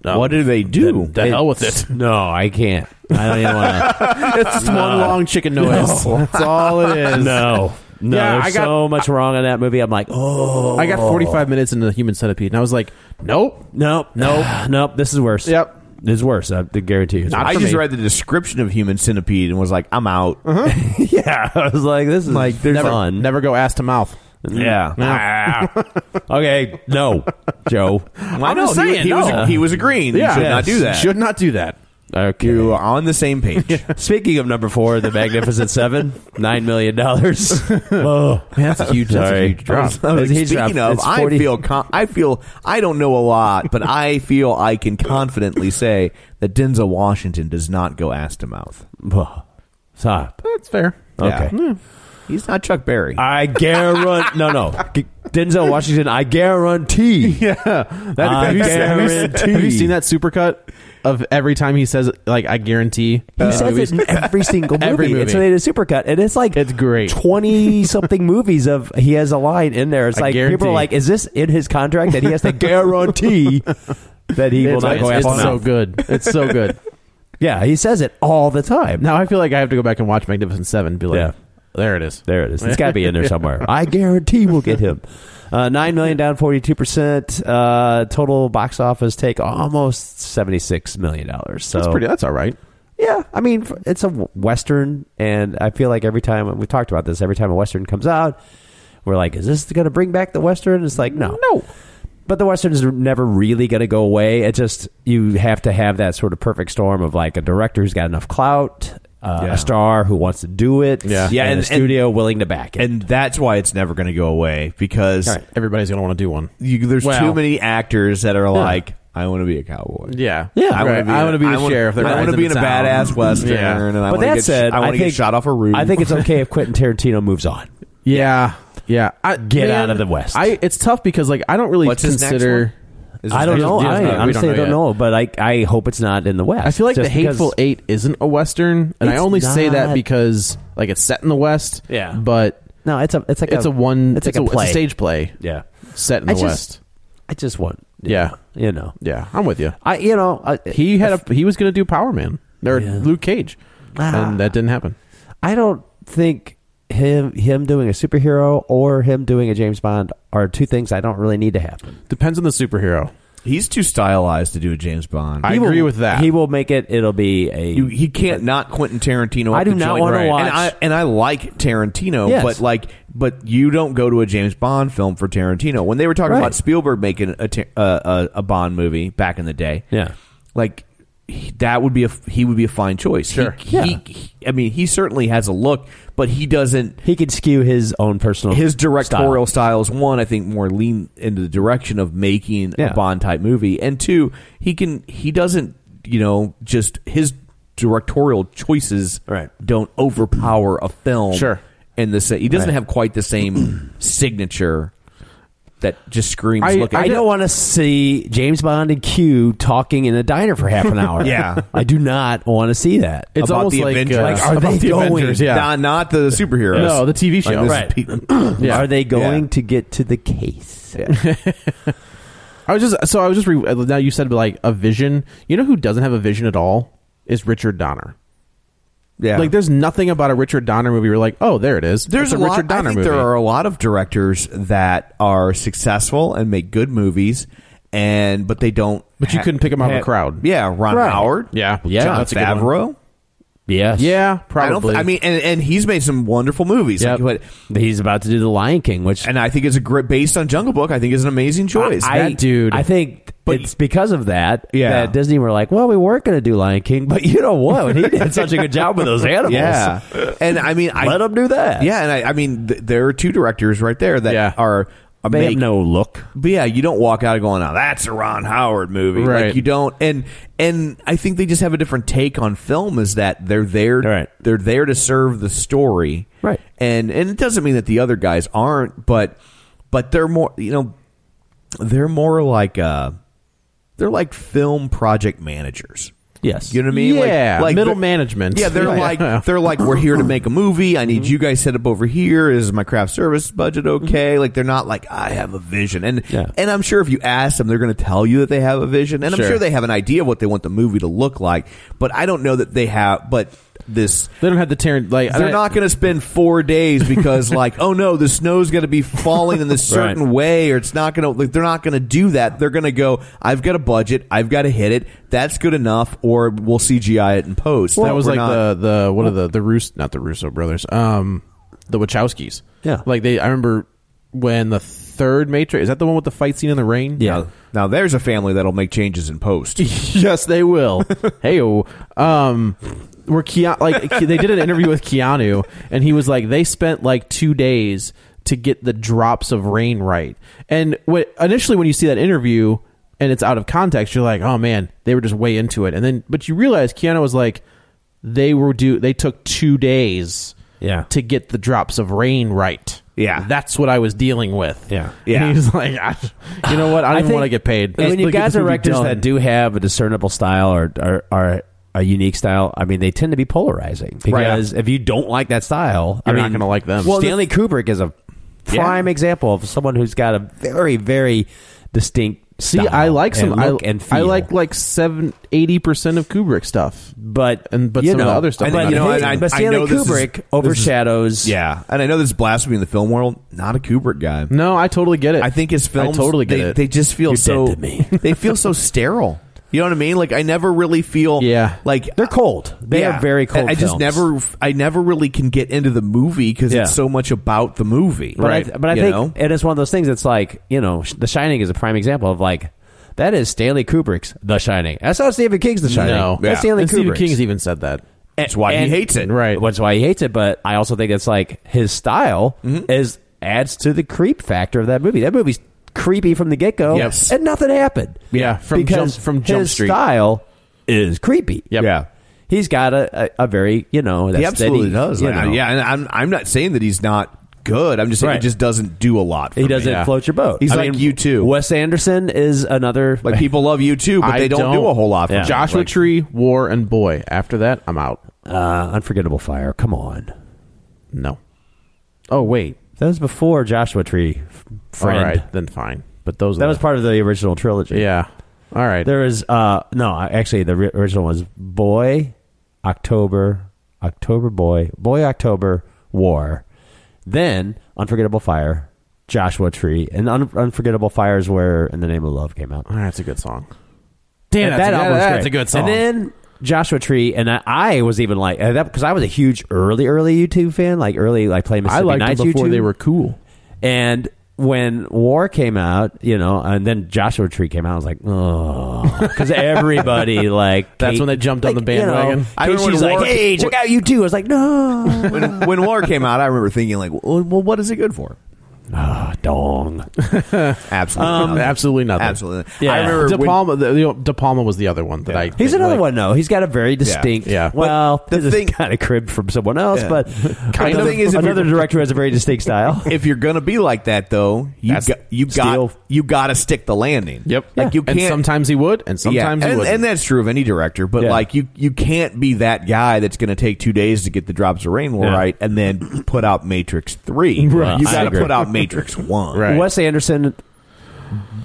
S5: What do they do?
S6: The hell with it.
S7: No, I can't. I don't even want to.
S6: It's just one long chicken noise. That's all it is.
S7: No, no.
S6: Yeah,
S7: there's
S6: I got-
S7: so much wrong in that movie. I'm like, oh,
S6: I got 45 minutes into the Human Centipede, and I was like, nope.
S7: Nope, nope, nope. This is worse.
S6: Yep.
S7: this is worse. I guarantee you.
S5: I
S6: for
S5: just
S6: me.
S5: read the description of Human
S6: Uh-huh.
S5: Centipede and was like, I'm out.
S7: yeah, I was like, this is like
S5: Like,
S7: there's
S5: there's
S7: fun. Mm-hmm.
S6: Never go ass to mouth.
S7: Yeah. Ah. okay. No, Joe. I
S5: I'm just saying, he, was, he was agreeing. you
S6: Yeah.
S5: should not do that.
S6: Should not do that.
S7: Okay.
S5: You are on the same page.
S7: Speaking of number four, the Magnificent Seven, nine million dollars. Whoa, that's a huge,
S6: Oh, that's a huge drop.
S5: Speaking of, I feel con- I feel I don't know a lot, but I feel I can confidently say that Denzel Washington does not go ass to mouth. Hmm.
S7: Stop.
S6: That's fair.
S7: Okay.
S5: He's not Chuck Berry.
S7: I guarantee. no, no. G- Denzel Washington. I guarantee.
S6: Yeah, that,
S7: I
S6: have, you seen, have you-
S7: guarantee.
S6: have you seen that supercut of every time he says like I guarantee?
S7: He
S6: in
S7: says
S6: movies?
S7: it in every single movie.
S6: Every
S7: It's
S6: movie.
S7: made a supercut, and it's like
S6: It's great.
S7: Twenty something movies of he has a line in there. It's
S6: I
S7: like people
S6: guarantee.
S7: are like, is this in his contract that he has to guarantee that he will
S6: It's,
S7: not
S6: it's,
S7: go
S6: it's
S7: ass to
S6: so
S7: mouth?
S6: good. It's so good.
S7: Yeah, he says it all the time.
S6: Now I feel like I have to go back and watch Magnificent Seven. And be like,
S7: Yeah.
S6: there it is.
S7: There it is. It's got to be in there somewhere. I guarantee we'll get him. Uh, Nine million down, forty-two percent. Uh, total box office take almost seventy-six million dollars. So
S6: That's pretty. That's all right.
S7: Yeah, I mean f- it's a w- western, and I feel like every time we've talked about this, every time a western comes out, we're like, is this going to bring back the western? It's like no,
S6: No.
S7: But the western is never really going to go away. It just you have to have that sort of perfect storm of like a director who's got enough clout. Uh,
S5: Yeah.
S7: A star who wants to do it,
S6: Yeah.
S5: Yeah,
S7: and,
S5: and-
S7: a studio willing to back it.
S5: and that's why it's never going to go away because
S6: All right. Everybody's gonna want to do one.
S5: you, there's
S6: Well-
S5: too many actors that are like, I want to be a cowboy.
S6: Yeah.
S5: I
S7: Yeah.
S5: want
S6: Right.
S5: to be.
S6: I
S5: a-
S6: wanna be the
S5: I wanna-
S6: sheriff that
S5: I
S6: rides
S5: want to be in
S6: into
S5: a
S6: town.
S5: badass western.
S6: Yeah.
S5: And I
S7: but
S5: wanna
S7: that
S5: get, sh-
S7: said,
S5: I want to get
S7: think-
S5: shot off a roof.
S7: I think it's okay if Quentin Tarantino moves on.
S6: Yeah. Yeah. I,
S7: Get out of the West.
S6: I. It's tough because like I don't really
S5: What's his next
S6: consider.
S5: one? Is
S7: I don't
S6: just-
S7: know.
S6: yeah,
S7: I
S6: we don't
S7: honestly
S6: know
S7: don't
S6: yet.
S7: know, but I I hope it's not in the West.
S6: I feel like
S7: just
S6: the Hateful
S7: because-
S6: Eight isn't a western, and I
S7: It's
S6: only say that
S7: not.
S6: because like it's set in the West.
S7: Yeah.
S6: but
S7: No, it's a it's like
S6: it's a one.
S7: It's like a, play.
S6: It's a stage play
S7: Yeah,
S6: set in
S7: I
S6: the
S7: just-
S6: West.
S7: I just want.
S6: Yeah.
S7: you know.
S6: Yeah, I'm with you.
S7: I you know I,
S6: He had a he was going to do Power Man or
S7: Yeah.
S6: Luke Cage,
S7: Ah.
S6: and that didn't happen.
S7: I don't think him him doing a superhero or him doing a James Bond are two things I don't really need to happen.
S6: Depends on the superhero.
S5: He's too stylized to do a James Bond.
S6: I agree with that.
S7: He will make it. It'll be a
S5: You, he can't not Quentin Tarantino.
S7: I
S5: up
S7: do
S5: the
S7: not
S5: joint.
S7: wanna watch-
S5: And I, and I like Tarantino,
S7: Yes.
S5: but like, but you don't go to a James Bond film for Tarantino. When they were talking
S7: Right.
S5: about Spielberg making a, Tar- uh, a a Bond movie back in the day,
S7: Yeah.
S5: like he- that would be a f- he would be a fine choice.
S6: Sure.
S5: He, he- he- I mean, he certainly has a look, but he doesn't.
S7: he could skew his own personal
S5: His
S7: style.
S5: directorial style is one, I think, more lean into the direction of making
S7: Yeah.
S5: a Bond type movie, and two, he can he doesn't you know just his directorial choices
S7: Right.
S5: don't overpower a film.
S6: Sure.
S5: and the sa- he doesn't
S7: Right.
S5: have quite the same signature that just screams.
S6: I-
S5: look at
S7: I
S5: it."
S7: don't want to see James Bond and Q talking in a diner for half an hour.
S5: Yeah.
S7: I do not want to see that.
S6: It's
S5: about
S6: almost
S5: the
S6: like,
S5: Avengers.
S6: uh,
S5: Like,
S7: are
S6: about
S7: they
S6: the
S7: going
S6: Avengers, yeah.
S5: not, not the superheroes.
S6: No, the TV show.
S5: this is
S7: Right.
S5: pe-
S6: Yeah.
S7: Are they going
S5: Yeah.
S7: to get to the case?
S6: I was just so I was just re- now you said like a vision. You know who doesn't have a vision at all is Richard Donner.
S5: yeah.
S6: Like there's nothing about a Richard Donner movie. You're like, oh, there it is.
S5: There's
S6: It's
S5: a,
S6: a,
S5: lot.
S6: Richard
S5: I
S6: Donner
S5: think
S6: movie.
S5: there are a lot of directors that are successful and make good movies, and but they don't.
S6: But you couldn't pick 'em out of a crowd.
S5: Yeah, Ron
S7: Right.
S5: Howard.
S6: Yeah.
S7: Yeah,
S5: John
S6: that's a good one.
S5: Favreau.
S7: Yes.
S6: yeah,
S5: I don't.
S6: probably.
S5: thi- I mean, and, and he's made some wonderful movies.
S7: Yep.
S5: Like,
S7: He's about to do The Lion King, which
S5: but, and I think it's a great based on Jungle Book. I think is an amazing choice.
S7: I,
S6: that dude-
S7: I think
S5: But-
S7: it's because of that
S5: Yeah.
S7: that Disney were like, well, we weren't going to do Lion King, but you know what? He did such a good job with those animals.
S5: yeah, and I mean, I
S7: Let him do that.
S5: Yeah, and I, I mean, th- there are two directors right there that
S6: Yeah.
S5: are.
S7: They have
S5: make-
S7: no look.
S5: But yeah, you don't walk out going, "Now that's a Ron Howard movie."
S6: Right.
S5: Like you don't, and and I think they just have a different take on film. Is that they're there,
S7: Right.
S5: they're there to serve the story,
S7: Right.
S5: And and it doesn't mean that the other guys aren't, but but they're more, you know, they're more like uh, they're like film project managers.
S7: Yes.
S5: You know what I mean?
S6: Yeah,
S5: like, like
S6: middle
S5: they're-
S6: management.
S5: Yeah, they're
S6: Yeah.
S5: like they're like we're here to make a movie. I need you guys set up over here. Is my craft service budget okay? Like they're not like I have a vision. And
S7: Yeah.
S5: and I'm sure if you ask them, they're going to tell you that they have a vision. And
S6: Sure.
S5: I'm sure they have an idea of what they want the movie to look like. But I don't know that they have. But this.
S6: they don't have the Tarant. Like
S5: They're
S6: I-
S5: not going to spend four days because, like, oh no, the snow's going to be falling in this
S7: Right.
S5: certain way, or it's not going to. Like, they're not going to do that. They're going to go. I've got a budget. I've got to hit it. That's good enough, or we'll CGI it in post.
S6: that was
S5: We're
S6: like
S5: not-
S6: the the what are the the Russo not the Russo brothers um the Wachowskis
S7: Yeah.
S6: like they I remember when the third Matrix is that the one with the fight scene in the rain?
S5: Now, now there's a family that'll make changes in post.
S6: yes, they will. hey, um, where Keanu, like they did an interview with Keanu, and he was like, they spent like two days to get the drops of rain right. And what initially when you see that interview and it's out of context, you're like, oh man, they were just way into it. And then, but you realize Keanu was like, they were do they took two days,
S7: Yeah.
S6: to get the drops of rain right.
S5: Yeah.
S6: that's what I was dealing with.
S7: Yeah.
S5: Yeah.
S6: And he was like, I, you know what? I don't even want to get paid.
S7: And when you
S6: Let's get
S7: got
S6: this movie
S7: directors
S6: done.
S7: that do have a discernible style or are, are a unique style, I mean, they tend to be polarizing because if you don't like that style,
S6: You're
S7: I
S6: not
S7: mean,
S6: gonna like them.
S7: Well, Stanley Kubrick is a prime example of someone who's got a very, very distinct.
S6: See,
S7: style
S6: I like
S7: and
S6: some. I,
S7: look and
S6: I
S7: feel.
S6: like like seven eighty percent of Kubrick stuff.
S7: but
S6: and- but
S7: you
S6: some of
S7: know,
S6: the other stuff
S7: But,
S6: I'm
S7: you
S6: not
S7: know,
S6: into.
S7: I- but
S5: I
S7: Stanley
S5: know this is-
S7: Kubrick
S5: this is-
S7: overshadows.
S5: Yeah, and I know this is blasphemy in the film world. Not a Kubrick guy.
S6: No, I totally get it.
S5: I think his films
S6: I totally get
S5: they,
S6: it.
S5: they just feel
S7: You're
S5: so
S7: dead to me.
S5: they feel so sterile. You know what I mean? Like I never really feel
S6: Yeah.
S5: like
S7: They're cold. They
S5: Yeah.
S7: are very cold.
S5: I, I just
S7: films.
S5: never I never really can get into the movie because
S7: Yeah.
S5: it's so much about the movie.
S7: But I, but I
S5: You
S7: think
S5: know?
S7: it is one of those things. It's like you know, Sh- The Shining is a prime example of like that is Stanley Kubrick's The Shining. That's not Stephen King's The Shining.
S6: no.
S7: that's Stanley
S6: And Stephen
S7: Kubrick's.
S6: King's even said that.
S5: that's why
S7: and-
S5: he hates it.
S6: Right.
S7: Which is why he hates it. But I also think it's like his style is adds to the creep factor of that movie. That movie's creepy from the get go.
S5: Yes.
S7: and nothing happened.
S6: Yeah, from
S7: because
S6: Jump- from Jump
S7: his
S6: Street.
S7: style is creepy.
S6: Yep.
S5: Yeah.
S7: He's got a, a, a very you know that's
S5: he absolutely does.
S7: You
S5: Like, I-
S7: know,
S5: yeah, and I'm I'm not saying that he's not good. I'm just saying
S7: Right.
S5: he just doesn't do a lot. For
S7: He
S5: me.
S7: doesn't
S6: Yeah.
S7: float your boat.
S5: He's
S7: I
S5: like
S7: mean,
S5: you too.
S7: Wes Anderson is another
S5: Like people love you too, but
S6: I
S5: they don't, do a whole lot. For
S7: Yeah.
S5: me.
S6: Joshua
S5: Like,
S6: Tree, War, and Boy. After that, I'm out.
S7: uh, Unforgettable Fire. Come on.
S6: No. Oh wait.
S7: That was before Joshua Tree, f- friend.
S6: All right, then fine. But those.
S7: That
S6: are
S7: was
S6: the-
S7: part of the original trilogy.
S6: Yeah. All right.
S7: There was uh no, I- actually the ri- original was Boy, October, October Boy, Boy October War, then Unforgettable Fire, Joshua Tree, and Un- Unforgettable Fire is where In the Name of Love came out.
S6: All right, that's a good song.
S7: And
S6: Damn,
S7: that album's
S6: that's
S7: great.
S6: a good song.
S7: And then Joshua Tree, and I, I was even like uh, that because I was a huge early, early YouTube fan, like early, like play
S6: I
S7: Mississippi
S6: liked
S7: Nights
S6: them before
S7: YouTube.
S6: they were cool.
S7: And when War came out, you know, and then Joshua Tree came out, I was like, oh, because everybody like
S6: That's when they jumped on the
S7: you know,
S6: bandwagon.
S5: I
S7: Kate,
S5: remember
S7: she's
S5: when
S7: like,
S5: War-
S7: hey, check out you too. I was like, no,
S5: when, when War came out, I remember thinking like, well, well, what is it good for?
S7: dong.
S5: Absolutely, nothing.
S6: absolutely nothing.
S5: Absolutely.
S7: Yeah.
S5: I remember
S6: De
S5: when-
S6: Palma, the, the- De Palma was the other one that I.
S7: He's
S6: think,
S7: another
S6: like,
S7: one though. He's got a very distinct.
S6: yeah.
S7: Well,
S5: the
S7: the thing
S5: thing-
S7: kind of cribbed from someone else,
S5: Yeah.
S7: but
S5: Kind
S7: another,
S5: of. thing is if
S7: another
S5: you're-
S7: director has a very distinct style.
S5: if you're gonna be like that though, you
S7: That's
S5: got, you
S7: steel.
S5: got you got to stick the landing.
S6: Yep.
S5: Like you can't.
S6: And sometimes he would, and sometimes
S5: yeah,
S6: he
S5: and,
S6: wouldn't.
S5: and that's true of any director, but
S7: Yeah.
S5: like you, you can't be that guy that's going to take two days to get the drops of rain
S7: Yeah.
S5: right and then put out Matrix three.
S7: Right.
S5: You
S7: I
S5: got to
S7: agree.
S5: put out Matrix one.
S6: Right.
S7: Wes Anderson,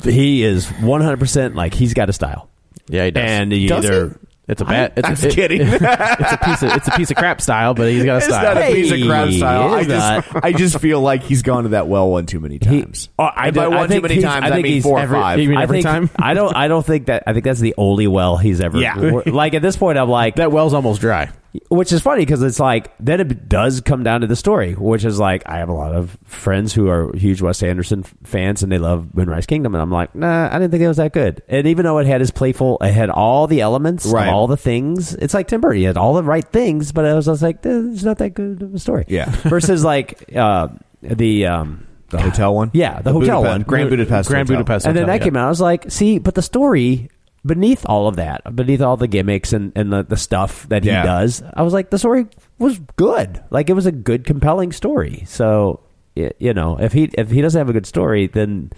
S7: he is 100% like he's got a style.
S6: Yeah, he does.
S7: And you
S5: Does
S7: either.
S5: he?
S6: it's a bad. It's
S5: I'm
S6: a,
S5: just
S6: it-
S5: kidding.
S6: it's a piece. Of, it's a piece of crap style, but he's got a
S5: It's
S6: style.
S5: not a piece of crap
S7: Hey,
S5: style. I
S7: it's
S5: just, I just feel like he's gone to that well one too many
S7: He-
S5: times.
S7: Oh, I
S5: And by
S7: don't- I
S5: one too
S7: think
S5: many
S7: he's-
S5: times,
S7: I
S5: I,
S7: think
S5: mean
S7: he's
S5: four
S6: every-
S5: or five.
S6: you mean
S7: I
S6: every
S7: think,
S6: time?
S7: I don't. I don't think that. I think that's the only well he's ever.
S5: Yeah.
S7: Like at this point, I'm like,
S6: that well's almost dry.
S7: which is funny because it's like then it does come down to the story, which is like I have a lot of friends who are huge Wes Anderson f- fans and they love Moonrise Kingdom, and I'm like, nah, I didn't think it was that good. And even though it had his playful, it had all the elements, of
S5: Right.
S7: all the things. It's like Tim Burton, he had all the right things, but I was just like, eh, it's not that good of a story.
S5: Yeah.
S7: Versus like uh, the um,
S5: the hotel one,
S7: Yeah, the hotel
S5: Budapest-
S7: one.
S5: Grand Budapest,
S6: Grand
S5: Hotel.
S6: Budapest.
S7: and then
S6: Hotel,
S7: that
S6: yeah.
S7: came out. I was like, see, but the story beneath all of that, beneath all the gimmicks and, and the, the stuff that he
S5: Yeah.
S7: does, I was like, the story was good. Like it was a good, compelling story. So y- you know, if he if he doesn't have a good story, then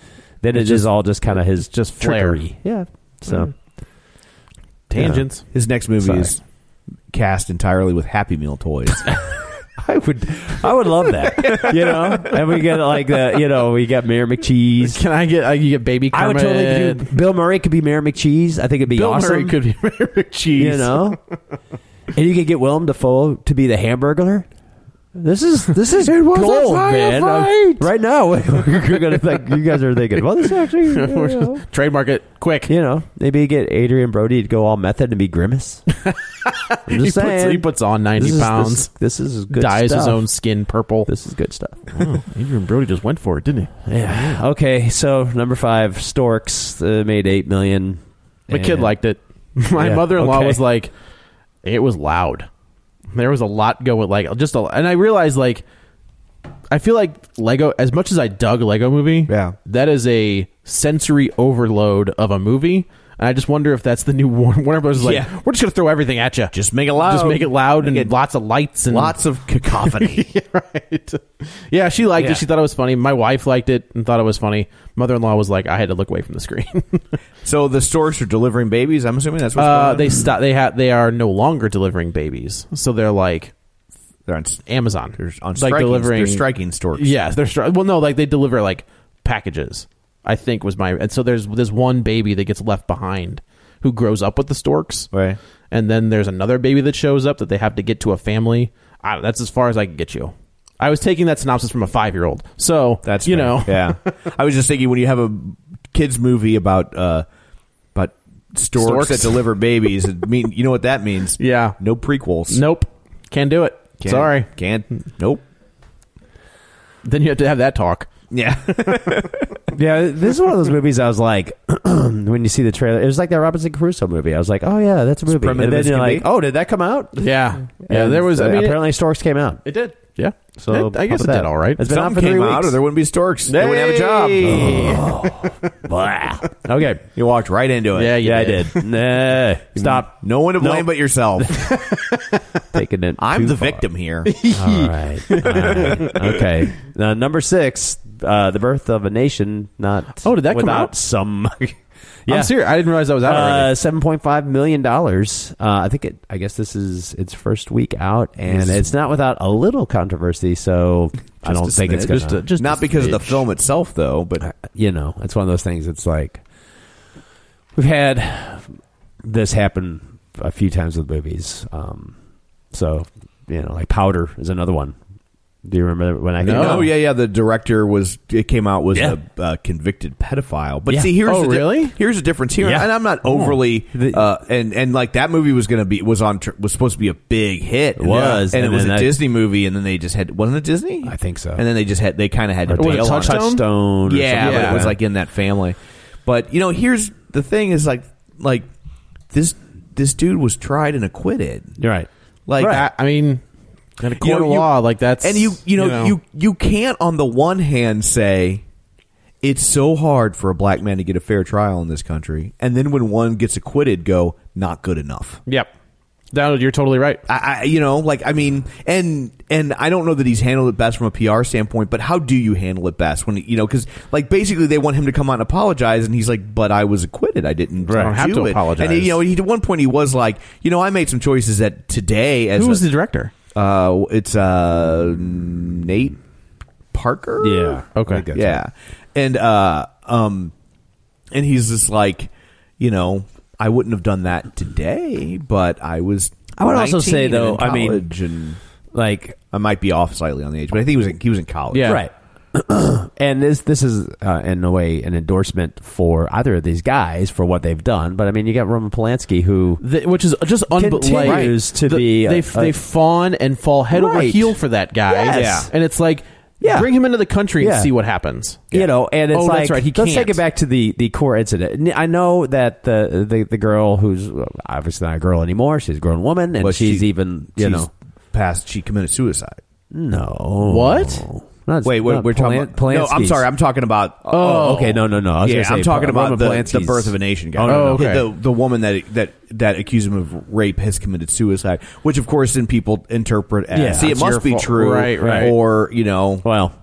S7: then it's all just kind of his
S6: just flair.
S7: trickery. Yeah. So
S6: Tangents.
S5: His next movie
S7: Sorry.
S5: is cast entirely with Happy Meal toys.
S7: I would I would love that. you know, and we get like the you know we got Mayor McCheese.
S6: Can I get? I can get baby.
S7: I
S6: Kermit.
S7: would totally do. Bill Murray could be Mayor McCheese. I think it'd be
S6: Bill
S7: awesome.
S6: Murray could be Mayor McCheese.
S7: You know? and you could get Willem Dafoe to be the hamburglar. This is this is
S6: It was a
S7: gold, man. I'm-
S6: firefight!
S7: Right now, you're gonna think you guys are thinking, well, this actually, you know,
S6: Trademark it quick.
S7: you know, maybe get Adrian Brody to go all method and be grimace. I'm just
S6: he, puts,
S7: saying,
S6: he puts on ninety
S7: This is-
S6: pounds.
S7: This, this is good
S6: dyes
S7: stuff.
S6: his own skin purple.
S7: This is good stuff.
S6: Oh, Adrian Brody just went for it, didn't he?
S7: Yeah. Okay. So number five, Storks uh, made eight million.
S6: My kid
S7: And-
S6: liked it. My
S7: Yeah,
S6: mother-in-law
S7: okay.
S6: was like, it was loud. There was a lot going, like just, a, and I realized like, I feel like Lego. As much as I dug Lego Movie,
S5: Yeah.
S6: that is a sensory overload of a movie. And I just wonder if that's the new War- Warner Bros. is like,
S5: Yeah.
S6: we're just gonna throw everything at you.
S5: Just make it loud.
S6: Just make it loud and
S5: Make it-
S6: lots of lights and
S5: Lots of cacophony.
S6: yeah, right. Yeah, she liked
S7: Yeah.
S6: it. She thought it was funny. My wife liked it and thought it was funny. Mother in law was like, I had to look away from the screen.
S5: so the storks are delivering babies. I'm assuming that's what's
S6: uh,
S5: going on?
S6: they stop. They have. They are no longer delivering babies. So they're like
S5: They're on, s-
S6: Amazon.
S5: they're on
S6: like
S5: striking.
S6: delivering.
S5: They're striking storks.
S6: Yes, they're stri- well. No, like they deliver like packages. I think was my and so there's this one baby that gets left behind who grows up with the storks.
S5: Right.
S6: And then there's another baby that shows up that they have to get to a family. I don't, that's as far as I can get you. I was taking that synopsis from a five year old. So
S5: That's
S6: you
S5: fair.
S6: know
S5: yeah. I was just thinking when you have a kids movie about uh about storks,
S6: Storks.
S5: that deliver babies, it mean you know what that means?
S6: Yeah.
S5: No prequels.
S6: Nope. Can't do it.
S5: Can't-
S6: Sorry.
S5: Can't. Nope.
S6: Then you have to have that talk.
S5: Yeah.
S7: Yeah, this is one of those movies I was like, when you see the trailer, it was like that Robinson Crusoe movie. I was like, oh yeah, that's a movie. And
S5: primitive
S7: then
S5: as
S7: you're
S5: can
S7: like,
S5: be.
S7: oh, did that come out?
S6: Yeah. Yeah.
S7: And,
S6: There was.
S7: uh,
S6: I mean,
S7: apparently Storks came out.
S6: it, it did. Yeah.
S7: So
S6: It- I guess it
S7: how about
S6: did
S7: that?
S6: all right.
S7: It's been out
S5: Something
S7: for three
S5: came
S7: weeks.
S5: out, or there wouldn't be storks. They wouldn't have a
S6: Hey!
S5: job.
S7: Blah. okay.
S5: You walked right into it.
S6: Yeah, you
S7: yeah,
S6: did.
S7: I did. nah, stop
S5: No one to blame
S7: Nope.
S5: but yourself.
S7: taking it.
S5: I'm
S7: too
S5: the
S7: far.
S5: victim here.
S7: All right. All right. Okay. Now, number six, uh, the birth of a nation. Not
S6: Oh, did that come
S7: without
S6: out?
S7: Some. yeah.
S6: I'm serious. I didn't realize I was out already.
S7: Uh, seven point five million dollars. Uh, I think it. I guess this is its first week out, and it's not without a little controversy. So I don't
S5: a
S7: think it's
S5: smidge.
S7: gonna.
S5: Just a- Not because of the film itself, though, but
S7: you know, it's one of those things. It's like we've had this happen a few times with movies. Um, so you know, like Powder is another one. Do you remember when I?
S5: No.
S7: came out?
S5: yeah, yeah. The director was it came out was
S7: Yeah.
S5: a uh, convicted pedophile. But
S7: Yeah.
S5: see, here's
S6: Oh,
S5: the di-
S6: really?
S5: here's the difference here,
S7: Yeah. Oh.
S5: and I'm not overly uh, and and like that movie was gonna be was on tr- was supposed to be a big hit.
S7: It was,
S5: and,
S7: and
S5: it was a
S7: then that-
S5: Disney movie, and then they just had wasn't it Disney?
S7: I think so.
S5: And then they just had they kind of had to
S7: Or
S6: was it
S5: bail on
S6: Touchstone?
S7: Touchstone. or
S5: yeah,
S7: something
S5: but it was
S7: that.
S5: like in that family. But you know, here's the thing: is like like this this dude was tried and acquitted.
S7: You're right.
S5: Like
S6: Right. I, I mean, in a court
S5: You know,
S6: of
S5: you-
S6: law, like that's
S5: and you you know, you you can't on the one hand say it's so hard for a black man to get a fair trial in this country, and then when one gets acquitted, go not good enough.
S6: Yep. No, you're totally right.
S5: I, I you know like I mean and and I don't know that he's handled it best from a PR standpoint, but how do you handle it best when you know because like basically they want him to come out and apologize, and he's like, but I was acquitted, I didn't
S6: I don't have
S5: do
S6: to
S5: it."
S6: apologize.
S5: And you know he, at one point he was like, you know I made some choices that today as
S6: Who was
S5: a-
S6: the director?
S5: uh, it's uh Nate Parker,
S7: Yeah.
S6: Okay.
S7: I think that's right.
S5: yeah, and uh, um, and he's just like, you know, I wouldn't have done that today, but I was.
S7: I would also
S5: 19
S7: say,
S5: and
S7: though,
S5: in
S7: I mean-
S5: college and
S7: Like
S5: I might be off slightly on the age, but I think he was in, he was in college.
S6: Yeah.
S7: Right. and this this is uh, in a way an endorsement for either of these guys for what they've done. But I mean, you got Roman Polanski who
S6: The- which is just unbelievable.
S7: Continues to be a-
S6: they,
S7: a-
S6: they fawn and fall head over
S7: Right.
S6: heel for that guy.
S7: Yes. Yeah.
S6: and it's like,
S7: Yeah.
S6: bring him into the country
S7: Yeah.
S6: and see what happens.
S7: you know, and it's
S6: Oh,
S7: like
S6: that's right, he
S7: let's take
S6: can't.
S7: it back to the the core incident. N- I know that the the, the girl who's uh, obviously not a girl anymore; she's a grown woman, and
S5: Well,
S7: she's
S5: she-
S7: even you
S5: she's
S7: know
S5: past she committed suicide.
S7: no
S6: What?
S7: Not,
S5: Wait, wait
S7: not
S5: we're talking
S7: Polan-
S5: about no. I'm
S7: Polanski's.
S5: sorry, I'm talking about
S7: Oh, okay. No, no, no. I was
S5: yeah,
S7: gonna say
S5: I'm talking
S7: Pol-
S5: about
S7: Roman
S5: the,
S7: Polanski's-
S5: the birth of a nation guy.
S7: Oh, no,
S6: Oh, no. okay.
S5: The, the woman that that that accused him of rape has committed suicide, which of course then people interpret as
S7: Yeah,
S5: see it
S7: it's
S6: your
S5: must be
S6: fault.
S5: true,
S6: Right, right.
S5: Or you know,
S7: Well,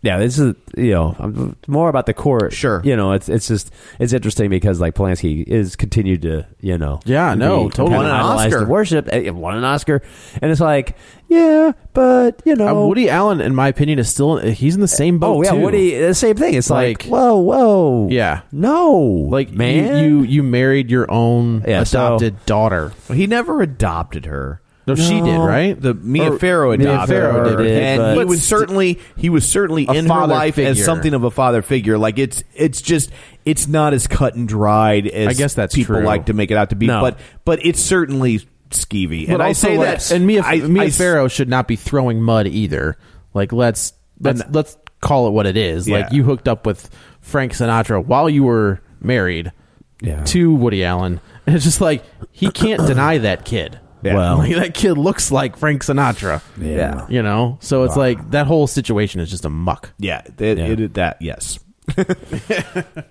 S7: yeah, this is you know I'm more about the core.
S5: Sure.
S7: you know it's it's just it's interesting because like Polanski is continued to you know
S6: Yeah, no,
S7: be
S6: totally.
S7: kinda
S5: Won an
S7: idolized
S5: Oscar.
S7: and worshipped, eh, won an Oscar, and it's like yeah, but you
S6: Uh,
S7: know
S6: Woody Allen, in my opinion, is still he's in the same boat.
S7: Oh yeah,
S6: too.
S7: Woody. The same thing. It's like,
S6: Like-
S7: whoa, whoa,
S6: Yeah.
S7: no,
S6: Like
S7: man,
S6: you, you, you married your own
S7: Yeah, so-
S6: adopted daughter.
S5: he never adopted her.
S6: No, she did,
S7: No.
S6: right?
S5: The Mia
S6: Or-
S5: Farrow
S6: Mia
S5: adopted
S6: Farrow
S5: her,
S6: did it, but-
S5: and he
S6: But
S5: was
S6: sti-
S5: certainly he was certainly
S6: A
S5: in her
S6: father
S5: life as
S6: figure.
S5: something of a father figure. Like it's it's just it's not as cut and dried as
S6: I guess that's
S5: people
S6: true.
S5: like to make it out to be.
S7: No.
S5: But but it's certainly skeevy.
S6: But
S5: and I
S6: also,
S5: say
S6: like-
S5: that
S6: and Mia
S5: I-
S6: Mia
S5: I-
S6: Farrow should not be throwing mud either. Like let's let's
S5: And-
S6: let's call it what it is. Like
S5: Yeah.
S6: you hooked up with Frank Sinatra while you were married
S7: Yeah.
S6: to Woody Allen, and it's just like he can't deny that kid.
S5: Yeah.
S7: Well.
S6: Like, that kid looks like Frank Sinatra.
S5: Yeah.
S6: you know. So it's like that whole situation is just a muck.
S5: Yeah, it,
S7: Yeah.
S5: It, that yes.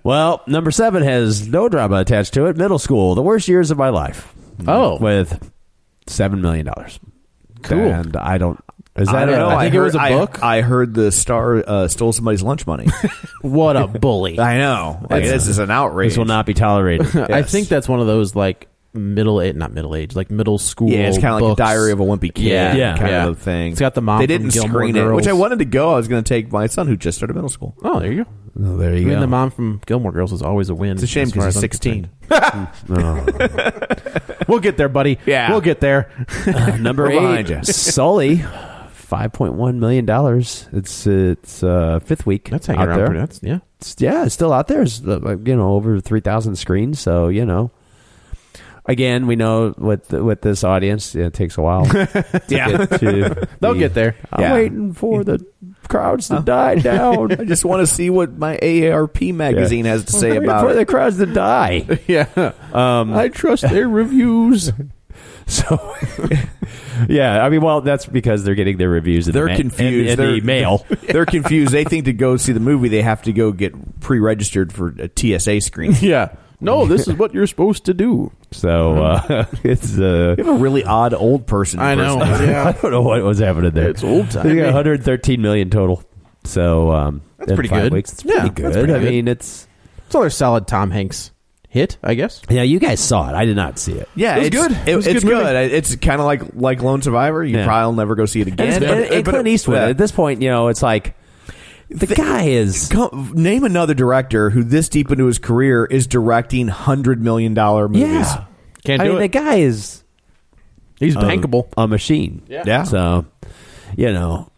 S7: Well, number seven has no drama attached to it. Middle school, the worst years of my life.
S6: Oh.
S7: with seven million dollars.
S6: Cool.
S7: And I don't. Is that
S5: I don't
S7: a-
S5: know.
S6: I think it
S5: heard-
S6: was a book.
S5: I, heard the star uh, stole somebody's lunch money.
S6: What a bully!
S5: I know. Like,
S7: That's-
S5: this is an outrage.
S7: This will not be tolerated.
S6: I
S5: Yes.
S6: think that's one of those like middle age, not middle age, like middle school.
S5: Yeah, it's kind of like a
S6: books.
S5: Diary of a Wimpy Kid
S6: Yeah,
S7: Yeah.
S5: kind
S6: yeah.
S5: of a thing.
S6: It's got the mom
S5: They
S6: from
S5: didn't
S6: Gilmore
S5: screen it,
S6: Girls.
S5: which I wanted to go. I was going to take my son who just started middle school.
S6: Oh, there you go.
S7: Oh, there
S6: I
S7: you
S6: mean,
S7: go.
S6: the mom from Gilmore Girls is always a win.
S5: It's a shame
S6: as far
S5: because he's
S6: as I'm
S5: 16.
S6: concerned. We'll get there, buddy.
S5: Yeah.
S6: we'll get there.
S7: Number
S5: We're behind
S7: eight,
S5: you.
S7: Sully, five point one million dollars. It's it's uh, fifth week.
S6: That's hanging
S7: out
S6: around.
S7: there.
S6: Pretty, that's yeah.
S7: It's- yeah, it's still out there. It's uh, like, you know over three thousand screens. So you know, again, we know with with this audience, it takes a while.
S5: Yeah.
S7: get to
S6: They'll
S7: the-
S6: get there.
S7: I'm
S5: Yeah.
S7: waiting for the crowds to die down.
S5: I just want to see what my AARP magazine has to say
S7: I'm waiting
S5: about
S7: for the
S5: it.
S7: crowds to die.
S6: Yeah, Uh,
S7: Um,
S6: I trust their reviews.
S7: So, yeah, I mean, well, that's because they're getting their reviews. In
S5: They're
S7: the ma-
S5: confused.
S7: In, the- in
S5: They're-
S7: the mail.
S5: They're confused. They think to go see the movie, they have to go get pre-registered for a TSA screen. You
S6: Yeah, no, this is what you're supposed to do.
S7: So uh, it's uh,
S5: have a really odd old person.
S6: I know.
S5: personality.
S7: I don't know what was happening there.
S6: It's old
S7: They
S6: timey.
S7: got 113 million total. So um, that's
S6: pretty good.
S7: Weeks. It's
S6: Yeah,
S7: pretty
S6: that's
S7: good.
S6: pretty
S7: I
S6: good.
S7: mean, it's
S6: It's another solid Tom Hanks hit, I guess.
S7: yeah. You guys saw it. I did not see it.
S5: Yeah,
S6: It was
S5: it's
S6: good.
S5: it-
S6: It was a
S5: it's
S6: good
S5: good.
S6: movie.
S5: It's kind of like like Lone Survivor. You
S7: Yeah.
S5: probably never go see it
S7: And,
S5: again.
S7: it's, and, and
S5: But-
S7: Clint Eastwood.
S5: yeah.
S7: At this point, you know, it's like the guy is.
S5: Come, name another director who this deep into his career is directing hundred million dollar movies.
S7: Yeah,
S6: Can't
S7: I
S6: do
S7: mean, the
S6: it.
S7: guy is
S6: He's
S7: a-
S6: bankable.
S7: a machine.
S5: Yeah.
S7: So, you know,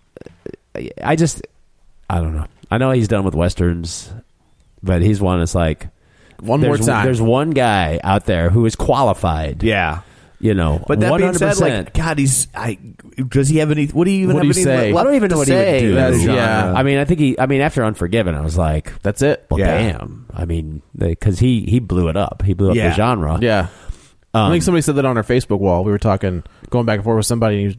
S7: I- I just, I don't know. I know he's done with westerns, but he's one that's like
S6: One more
S7: there's,
S6: time.
S7: There's one guy out there who is qualified.
S5: Yeah.
S7: You know,
S5: But that
S7: 100%.
S5: being said, like God, he's I does he have any? What do you even
S6: What do
S5: have
S6: you
S5: any
S6: say?
S5: left
S7: I don't even know
S5: to
S7: what
S5: say
S7: he would do.
S5: in that
S6: That's-
S5: genre?
S6: yeah.
S7: I mean, I think he. I mean, after Unforgiven, I was like,
S6: That's it.
S7: well,
S5: Yeah.
S7: damn. I mean, because he he blew it up. He blew up
S5: Yeah.
S7: the genre.
S6: Yeah. I think somebody said that on our Facebook wall. We were talking, going back and forth with somebody. And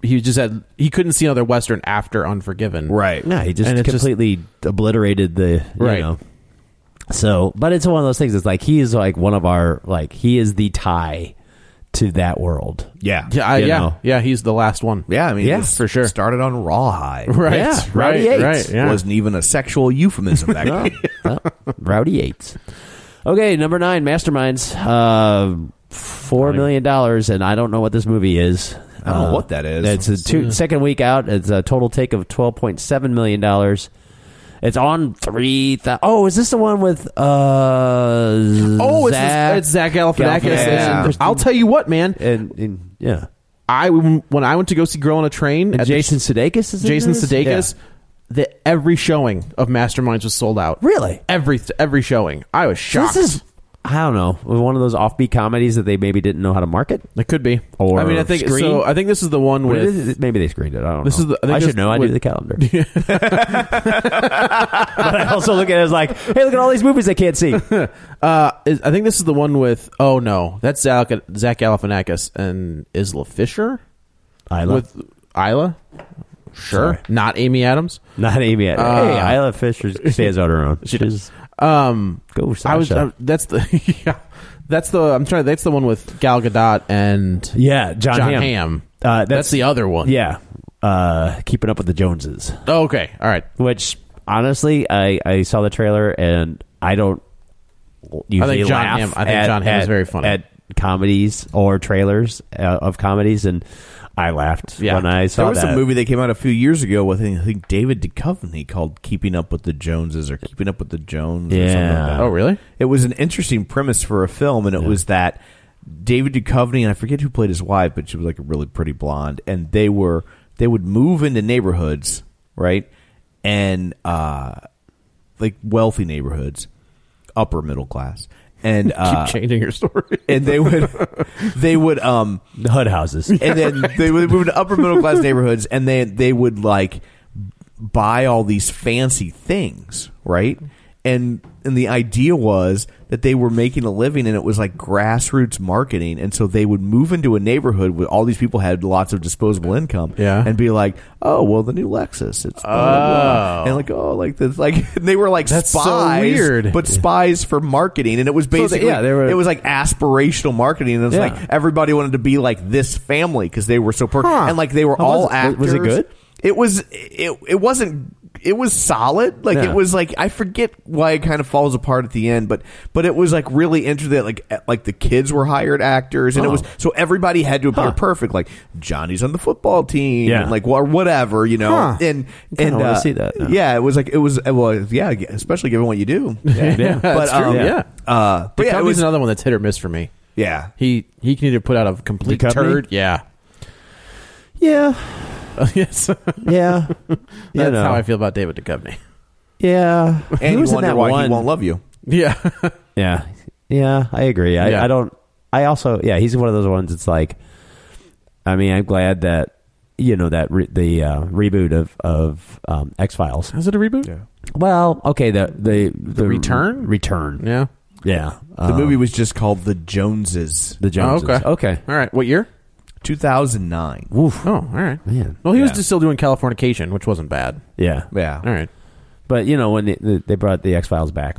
S6: he, he just had he couldn't see another Western after Unforgiven.
S5: right.
S7: Yeah, he
S6: And
S7: just
S6: it's just-
S7: completely obliterated the you
S6: Right.
S7: know. So, but it's one of those things. It's like he is like one of our like he is the tie to that world.
S5: Yeah,
S6: Yeah. I,
S7: You
S6: yeah.
S7: know.
S6: Yeah. He's the last one.
S5: yeah. I mean,
S7: Yeah,
S5: this
S6: for sure.
S5: Started on Rawhide.
S6: Right.
S7: Yeah, Rowdy
S6: right.
S7: Yates
S6: Right. Yeah.
S5: Wasn't even a sexual euphemism back then.
S7: Rowdy Yates. Okay, number nine, Masterminds. Uh, Four million dollars, and I don't know what this movie is.
S5: I don't know
S7: Uh,
S5: what that is.
S7: It's a two, second week out. It's a total take of twelve point seven million dollars. It's on three. thou- oh, is this the one with? uh
S6: oh, it's
S7: Zach,
S6: Zach, it's Zach Galifianakis.
S7: Galifianakis.
S6: And I'll tell you what, man.
S7: and, and yeah,
S6: I when I went to go see Girl on a Train,
S7: and
S6: at the-
S7: Jason Sudeikis is in
S6: Jason
S7: this?
S6: Sudeikis, the every showing of Masterminds was sold out.
S7: Really?
S6: Every every showing. I was
S7: Yeah.
S6: shocked.
S7: This is I don't know one of those offbeat comedies that they maybe didn't know how to market.
S6: it could be.
S7: Or
S6: I mean, I think
S7: screen.
S6: so. I think this is the one
S7: But it
S6: with
S7: is- maybe they screened it. I don't
S6: This
S7: know.
S6: is the- I think
S7: I,
S6: this
S7: should know. I do
S6: would-
S7: the calendar. but I also look at it as like, hey, look at all these movies I can't see.
S6: Uh, is, I think this is the one with. Oh no, that's Zach, Zach Galifianakis and Isla Fisher
S7: I
S6: with Isla. Sure,
S7: Sorry.
S6: not Amy Adams.
S7: not Amy. Yet.
S6: Uh,
S7: hey, Isla Fisher stands out her own. She does.
S6: Um,
S7: Go,
S6: I was.
S7: Sasha.
S6: I- that's the. yeah, that's the. I'm trying. That's the one with Gal Gadot and
S7: yeah, John,
S6: John
S7: Hamm.
S6: Hamm.
S7: Uh, that's,
S6: That's, the other one.
S7: yeah. Uh, keeping up with the Joneses.
S6: Oh, okay. All right.
S7: Which honestly, I, I saw the trailer and I don't usually
S6: think John
S7: laugh.
S6: Hamm- I think
S7: at,
S6: John Hamm is
S7: at-
S6: very funny.
S7: at comedies or trailers uh, of comedies, and I laughed
S6: Yeah.
S7: when I saw
S5: There was
S7: that
S5: a movie that came out a few years ago with I think David Duchovny called "Keeping Up with the Joneses" or "Keeping Up with the Jones." Or something like
S7: Yeah.
S5: that.
S6: Oh, really?
S5: It was an interesting premise for a film, and it was that David Duchovny and I forget who played his wife, but she was like a really pretty blonde, and they were they would move into neighborhoods, right, and uh, like wealthy neighborhoods, upper middle class, and uh,
S6: Keep changing your story.
S5: and they would they would um
S7: The HUD houses.
S5: and then they would move to upper middle class neighborhoods and they they would like buy all these fancy things right and and the idea was that they were making a living and it was like grassroots marketing and so they would move into a neighborhood where all these people had lots of disposable income
S6: Yeah.
S5: and be like oh well the new lexus it's blah, blah, blah." and like oh like this like they were like
S6: That's so
S5: spies
S6: weird.
S5: but spies for marketing and it was
S6: they-
S5: basically
S6: yeah, they were-
S5: it was like aspirational marketing and it was
S7: Yeah.
S5: like everybody wanted to be like this family because they were so perfect
S6: Huh.
S5: and like they were
S7: How
S5: all
S7: was it?
S5: actors
S7: Was it good?
S5: it was it, it wasn't it was solid like
S7: Yeah.
S5: it was like i forget why it kind of falls apart at the end but but it was like really interesting like like the kids were hired actors and it
S7: Oh.
S5: was so everybody had to appear perfect like johnny's on the football team
S7: Yeah.
S5: and like or whatever you know
S6: Huh.
S5: and
S7: kinda
S5: and uh,
S7: wanna see that now.
S5: yeah it was like it was well yeah especially given what you do yeah, but
S6: that's true.
S5: um,
S6: Yeah.
S5: uh, but yeah it
S6: Duchovny's
S5: was
S6: another one that's hit or miss for me.
S5: yeah
S6: He he can either put out a complete
S7: Duchovny?
S6: turd. Yeah.
S7: yeah,
S6: yes. That's
S7: yeah. you know.
S6: how I feel about David Duchovny.
S7: Yeah,
S5: and
S7: he
S5: you
S7: was in
S5: wonder
S7: that
S5: why
S7: one.
S5: he won't love you
S6: Yeah.
S7: Yeah, yeah, I agree. I,
S6: Yeah.
S7: I don't. I also yeah, he's one of those ones. It's like, I mean, I'm glad that you know that re- the uh, reboot of of um, X Files.
S6: Is it a reboot? Yeah.
S7: Well, okay, the the the,
S6: Return?
S7: return.
S6: Yeah.
S7: Yeah,
S5: The
S7: Um,
S5: movie was just called The Joneses,
S7: the Joneses.
S6: Oh, okay.
S7: okay,
S6: All right. What year?
S5: 2009.
S6: Oh, all right.
S7: Man.
S6: Well, he was
S5: Yeah.
S6: just still doing Californication, which wasn't bad.
S7: yeah,
S5: Yeah.
S6: All right.
S7: But you know when they, they brought the X Files back.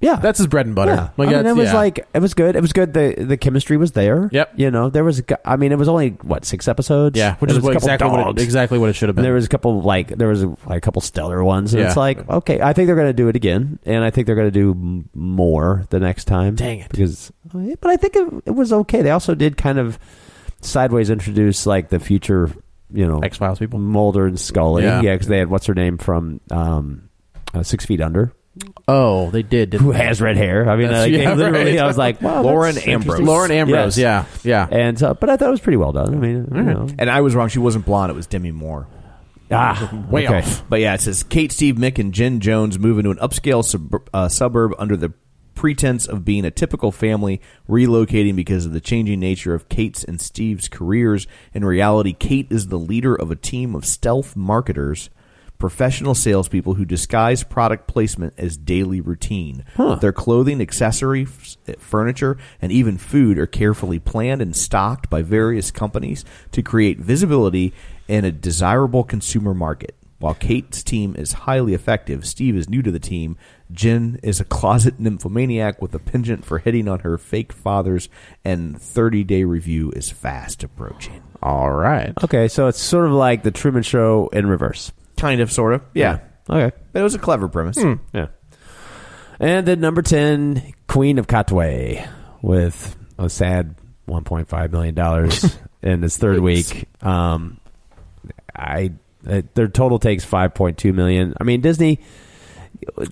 S7: Yeah,
S6: That's his bread and butter.
S7: Yeah.
S6: Like,
S7: I mean,
S6: that's-
S7: it was
S6: yeah.
S7: like it was good. It was good. The the chemistry was there.
S6: Yep.
S7: You know, there was. a gu- I mean, it was only what six episodes.
S6: Yeah, which
S7: There
S6: is
S7: was a
S6: what
S7: couple
S6: exactly what, it,
S7: dogs.
S6: exactly what it should have been.
S7: And there was a couple like there was like, a couple stellar ones. And
S6: Yeah.
S7: It's like okay, I think they're going to do it again, and I think they're going to do m- more the next time.
S6: Dang it.
S7: Because, but I think it, it was okay. They also did kind of sideways introduce like the future, you know,
S6: X Files people.
S7: Mulder and Scully.
S6: Yeah.
S7: Yeah, because they had what's her name from um, uh, Six Feet Under,
S6: Oh, they did. Didn't
S7: who
S6: they?
S7: has red hair. I mean,
S6: That's-
S7: like, they
S6: yeah,
S7: literally,
S6: right.
S7: I was like, wow,
S5: Lauren
S7: that's
S5: Ambrose.
S7: interesting.
S6: Lauren Ambrose?
S7: Yes.
S6: Yeah, yeah.
S7: And so, but I thought it was pretty well done. I mean, you know.
S5: And I was wrong. She wasn't blonde. It was Demi Moore.
S7: ah,
S6: Way
S7: okay.
S6: off.
S5: But yeah, it says Kate, Steve, Mick, and Jen Jones move into an upscale sub- uh, suburb under the pretense of being a typical family, relocating because of the changing nature of Kate's and Steve's careers. In reality, Kate is the leader of a team of stealth marketers. Professional salespeople who disguise product placement as daily routine. Their clothing, accessories, furniture, and even food are carefully planned and stocked by various companies to create visibility in a desirable consumer market. While Kate's team is highly effective, Steve is new to the team. Jen is a closet nymphomaniac with a penchant for hitting on her fake fathers, and 30 day review is fast approaching.
S6: All right.
S7: Okay, so it's sort of like the Truman Show in reverse.
S5: Kind of, sort of. Yeah.
S7: Okay.
S5: But it was a clever premise.
S7: Yeah. And then number 10, Queen of Katwe with a sad $1.5 million in its third week. Um, I uh, Their total takes $5.2 million. I mean, Disney.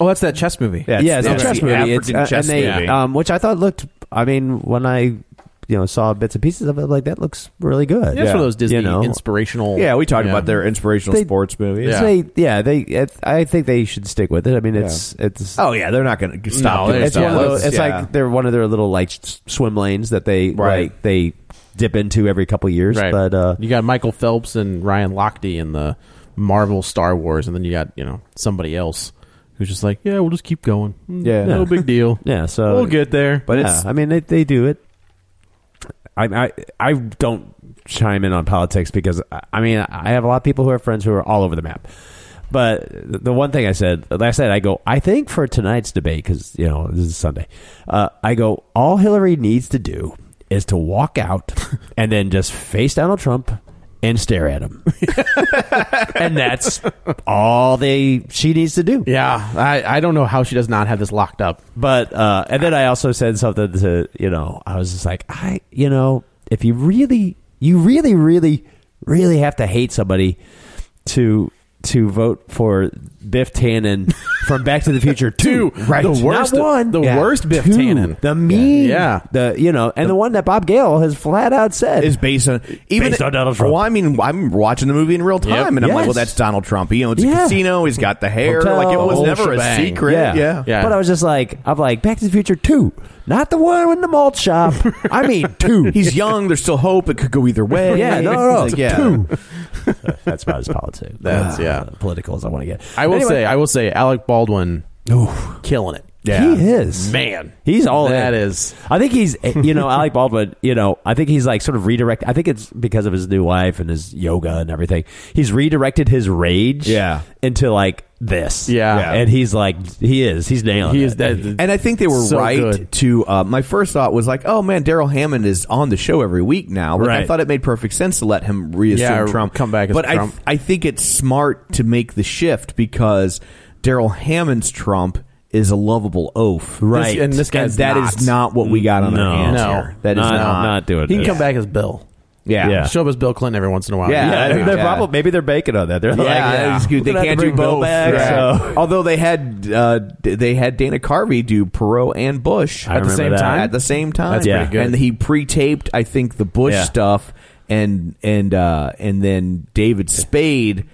S6: Oh, that's that chess movie.
S7: Yeah, it's,
S5: that's
S7: a chess
S5: the
S7: movie. It's,
S5: African
S7: uh,
S5: chess
S7: and they,
S5: movie.
S7: Um, which I thought looked, I mean, when I you know saw bits and pieces of it, like, that looks really good.
S6: That's one of those Disney
S7: You know,
S6: inspirational.
S5: Yeah, we talked
S6: Yeah.
S5: about their inspirational
S7: They-
S5: sports movies.
S6: Yeah.
S7: They, yeah, they. It, I think they should stick with it. I mean, it's it's.
S5: Oh, yeah, they're not going to
S6: No,
S5: stop doing
S6: they're
S7: it's
S6: Yeah,
S5: stuff.
S7: one of those,
S6: that's-
S7: it's
S5: Yeah.
S7: like they're one of their little like s- swim lanes that they
S5: Right.
S7: like they dip into every couple years.
S6: Right.
S7: But uh,
S6: you got Michael Phelps and Ryan Lochte in the Marvel Star Wars, and then you got you know somebody else who's just like, yeah, we'll just keep going. Mm,
S5: Yeah.
S6: no big deal.
S7: yeah, so
S6: we'll get there.
S7: But
S5: But
S7: yeah,
S5: it's-
S7: I mean, they, they do it. I, I I don't chime in on politics because I- I mean I have a lot of people who are friends who are all over the map. But the one thing I said last night, I go, I think for tonight's debate because you know this is Sunday, uh, I go, all Hillary needs to do is to walk out and then just face Donald Trump and stare at him, and that's all they she needs to do.
S6: yeah, I, I don't know how she does not have this locked up.
S7: But uh, and then I also said something to you know I was just like I you know if you really you really really really have to hate somebody to to vote for Biff Tannen from Back to the Future Two,
S6: Right. the worst-
S7: Not one,
S6: the worst Biff
S7: Two.
S6: Tannen.
S7: the mean,
S6: Yeah.
S7: the you know, and the, one that Bob Gale has flat out said
S5: is based on even
S7: Based on Donald Trump.
S5: Well, I mean, I'm watching the movie in real time,
S6: Yep.
S5: and I'm like,
S7: Yes.
S5: well, that's Donald Trump. He owns a
S7: Yeah.
S5: casino. He's got the hair.
S7: Hotel,
S5: like it
S7: the
S5: was
S7: whole
S5: never
S7: shebang.
S5: a secret. Yeah.
S6: Yeah.
S7: But I was just like, I'm like Back to the Future Two, not the one in the malt shop. I mean two.
S5: He's young. There's still hope. It could go either way.
S7: Yeah, no, no, no,
S5: It's like, yeah.
S7: two. That's about as politics. Ah,
S6: That's- yeah.
S7: political as I want to get.
S6: I will
S7: Anyway,
S6: say, I will say, Alec Baldwin
S7: Oof.
S6: killing it.
S5: Yeah.
S7: he is
S6: Man.
S7: He's all
S6: That
S7: in.
S6: is-
S7: I think he's eh, you know Alec Baldwin. You know I think he's like sort of redirect. I think it's because of his new wife and his yoga and everything. He's redirected his rage
S5: Yeah.
S7: into like this.
S6: Yeah.
S5: Yeah.
S7: and he's like he is. He's nailing.
S6: He
S7: it.
S6: is that.
S5: And I think they were
S6: So
S5: right
S6: good.
S5: to. Uh, my first thought was like, "Oh man, Daryl Hammond is on the show every week now." Like, I
S7: Right.
S5: thought it made perfect sense to let him reassume
S6: Yeah,
S5: Trump
S6: come back as
S5: but
S6: Trump.
S5: I, I think it's smart to make the shift because Daryl Hammond's Trump is a lovable oaf,
S7: Right.
S6: and this guy's
S5: that
S6: not.
S5: is not what we got on
S7: No.
S5: our hands
S6: No.
S5: here. That is
S7: Not-
S5: not
S7: not doing
S6: He can
S7: this.
S6: come back as Bill.
S5: Yeah.
S7: Yeah.
S6: Show up as Bill Clinton every once in a while.
S5: Yeah.
S7: Yeah, they're, they're
S5: Yeah.
S7: probably maybe they're banking on that. They're
S5: Yeah,
S7: like, yeah,
S5: it's good.
S7: we're
S5: they
S7: gonna have
S5: can't
S7: to
S5: do
S7: bring Bill
S5: both.
S7: back,
S5: Yeah.
S7: so-
S5: Although they had uh, d- they had Dana Carvey do Perot and Bush
S7: I At the remember same that. time?
S5: At the same time,
S7: That's pretty Yeah. good.
S5: And he pre-taped, I think, the Bush
S7: Yeah.
S5: stuff, and and uh, and then David Spade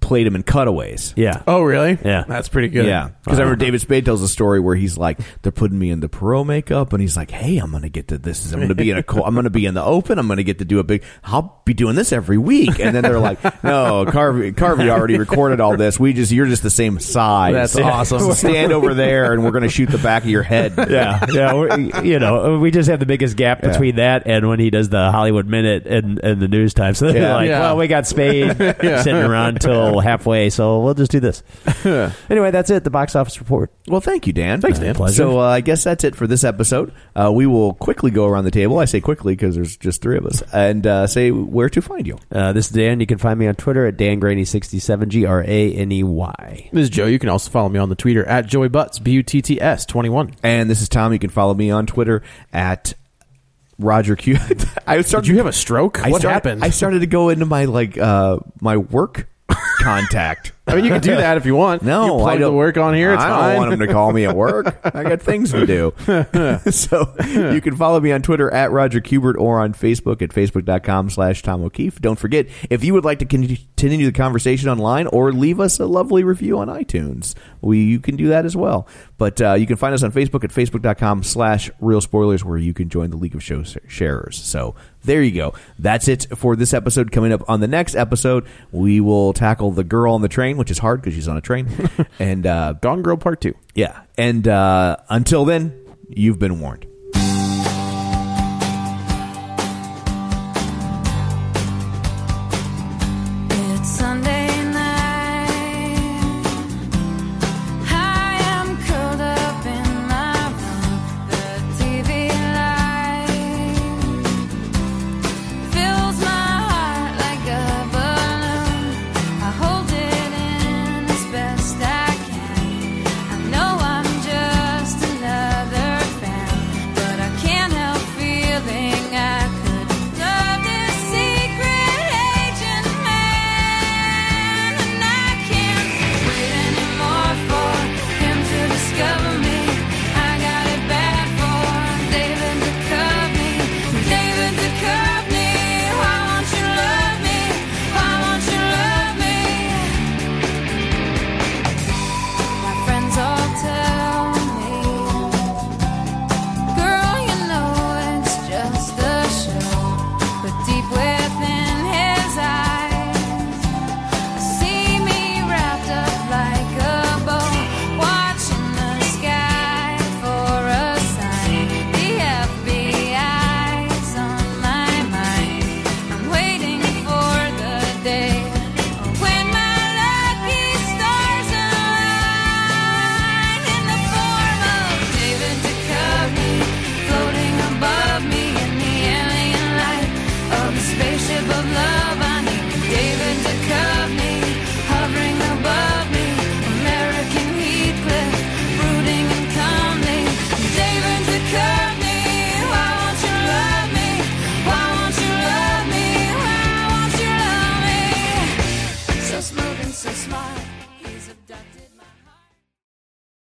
S5: played him in cutaways.
S7: yeah.
S6: Oh, really?
S7: Yeah.
S6: That's pretty good.
S5: Yeah, because I remember David Spade tells a story where he's like, they're putting me in the Perot makeup, and he's like, "Hey, I'm gonna get to this. I'm gonna be in a. Co- I'm gonna be in the open. I'm gonna get to do a big. I'll be doing this every week." And then they're like, "No, Carvey, Carvey already recorded all this. We just you're just the same size.
S6: That's awesome.
S5: Stand over there, and we're gonna shoot the back of your head."
S7: yeah, yeah. we're- You know, we just have the biggest gap between that and when he does the Hollywood Minute and, and the news time. So they're
S5: Yeah.
S7: like,
S6: Yeah.
S7: well, we got Spade sitting around till halfway, so we'll just do this. anyway, that's it. The box office report.
S5: Well, thank you, Dan. Thanks,
S7: Dan. Pleasure.
S5: So uh, I guess that's it for this episode. Uh, we will quickly go around the table. I say quickly because there's just three of us, and uh, say where to find you.
S7: Uh, this is Dan. You can find me on Twitter at dangraney67, G R A N E Y.
S6: This is Joe. You can also follow me on the Twitter at Joey Butts, B U T T S 21.
S5: And this is Tom. You can follow me on Twitter at Roger Q. I started.
S6: Did you have a stroke?
S5: I
S6: what
S5: started-
S6: happened?
S5: I started to go into my like uh my work contact.
S6: I mean, you can do that if you want.
S5: No,
S6: you plug
S5: I don't
S6: the work on here. It's
S5: I
S6: fine.
S5: don't want them to call me at work. I got things to do. so you can follow me on Twitter at Roger Kubert or on Facebook at facebook.com slash Tom O'Keefe. Don't forget, if you would like to con- continue the conversation online or leave us a lovely review on iTunes, we you can do that as well. But uh, you can find us on Facebook at facebook.com slash real spoilers where you can join the League of Show Sharers. So there you go. That's it for this episode. Coming up on the next episode, we will tackle the girl on the train, which is hard because she's on a train. and uh,
S6: Gone Girl Part 2.
S5: yeah. And uh, until then, you've been warned.
S8: It's Sunday night. I am curled up in my room. The TV light fills my heart like a balloon. I hold it in as best I can. I know I'm just another fan. a smile. He's abducted.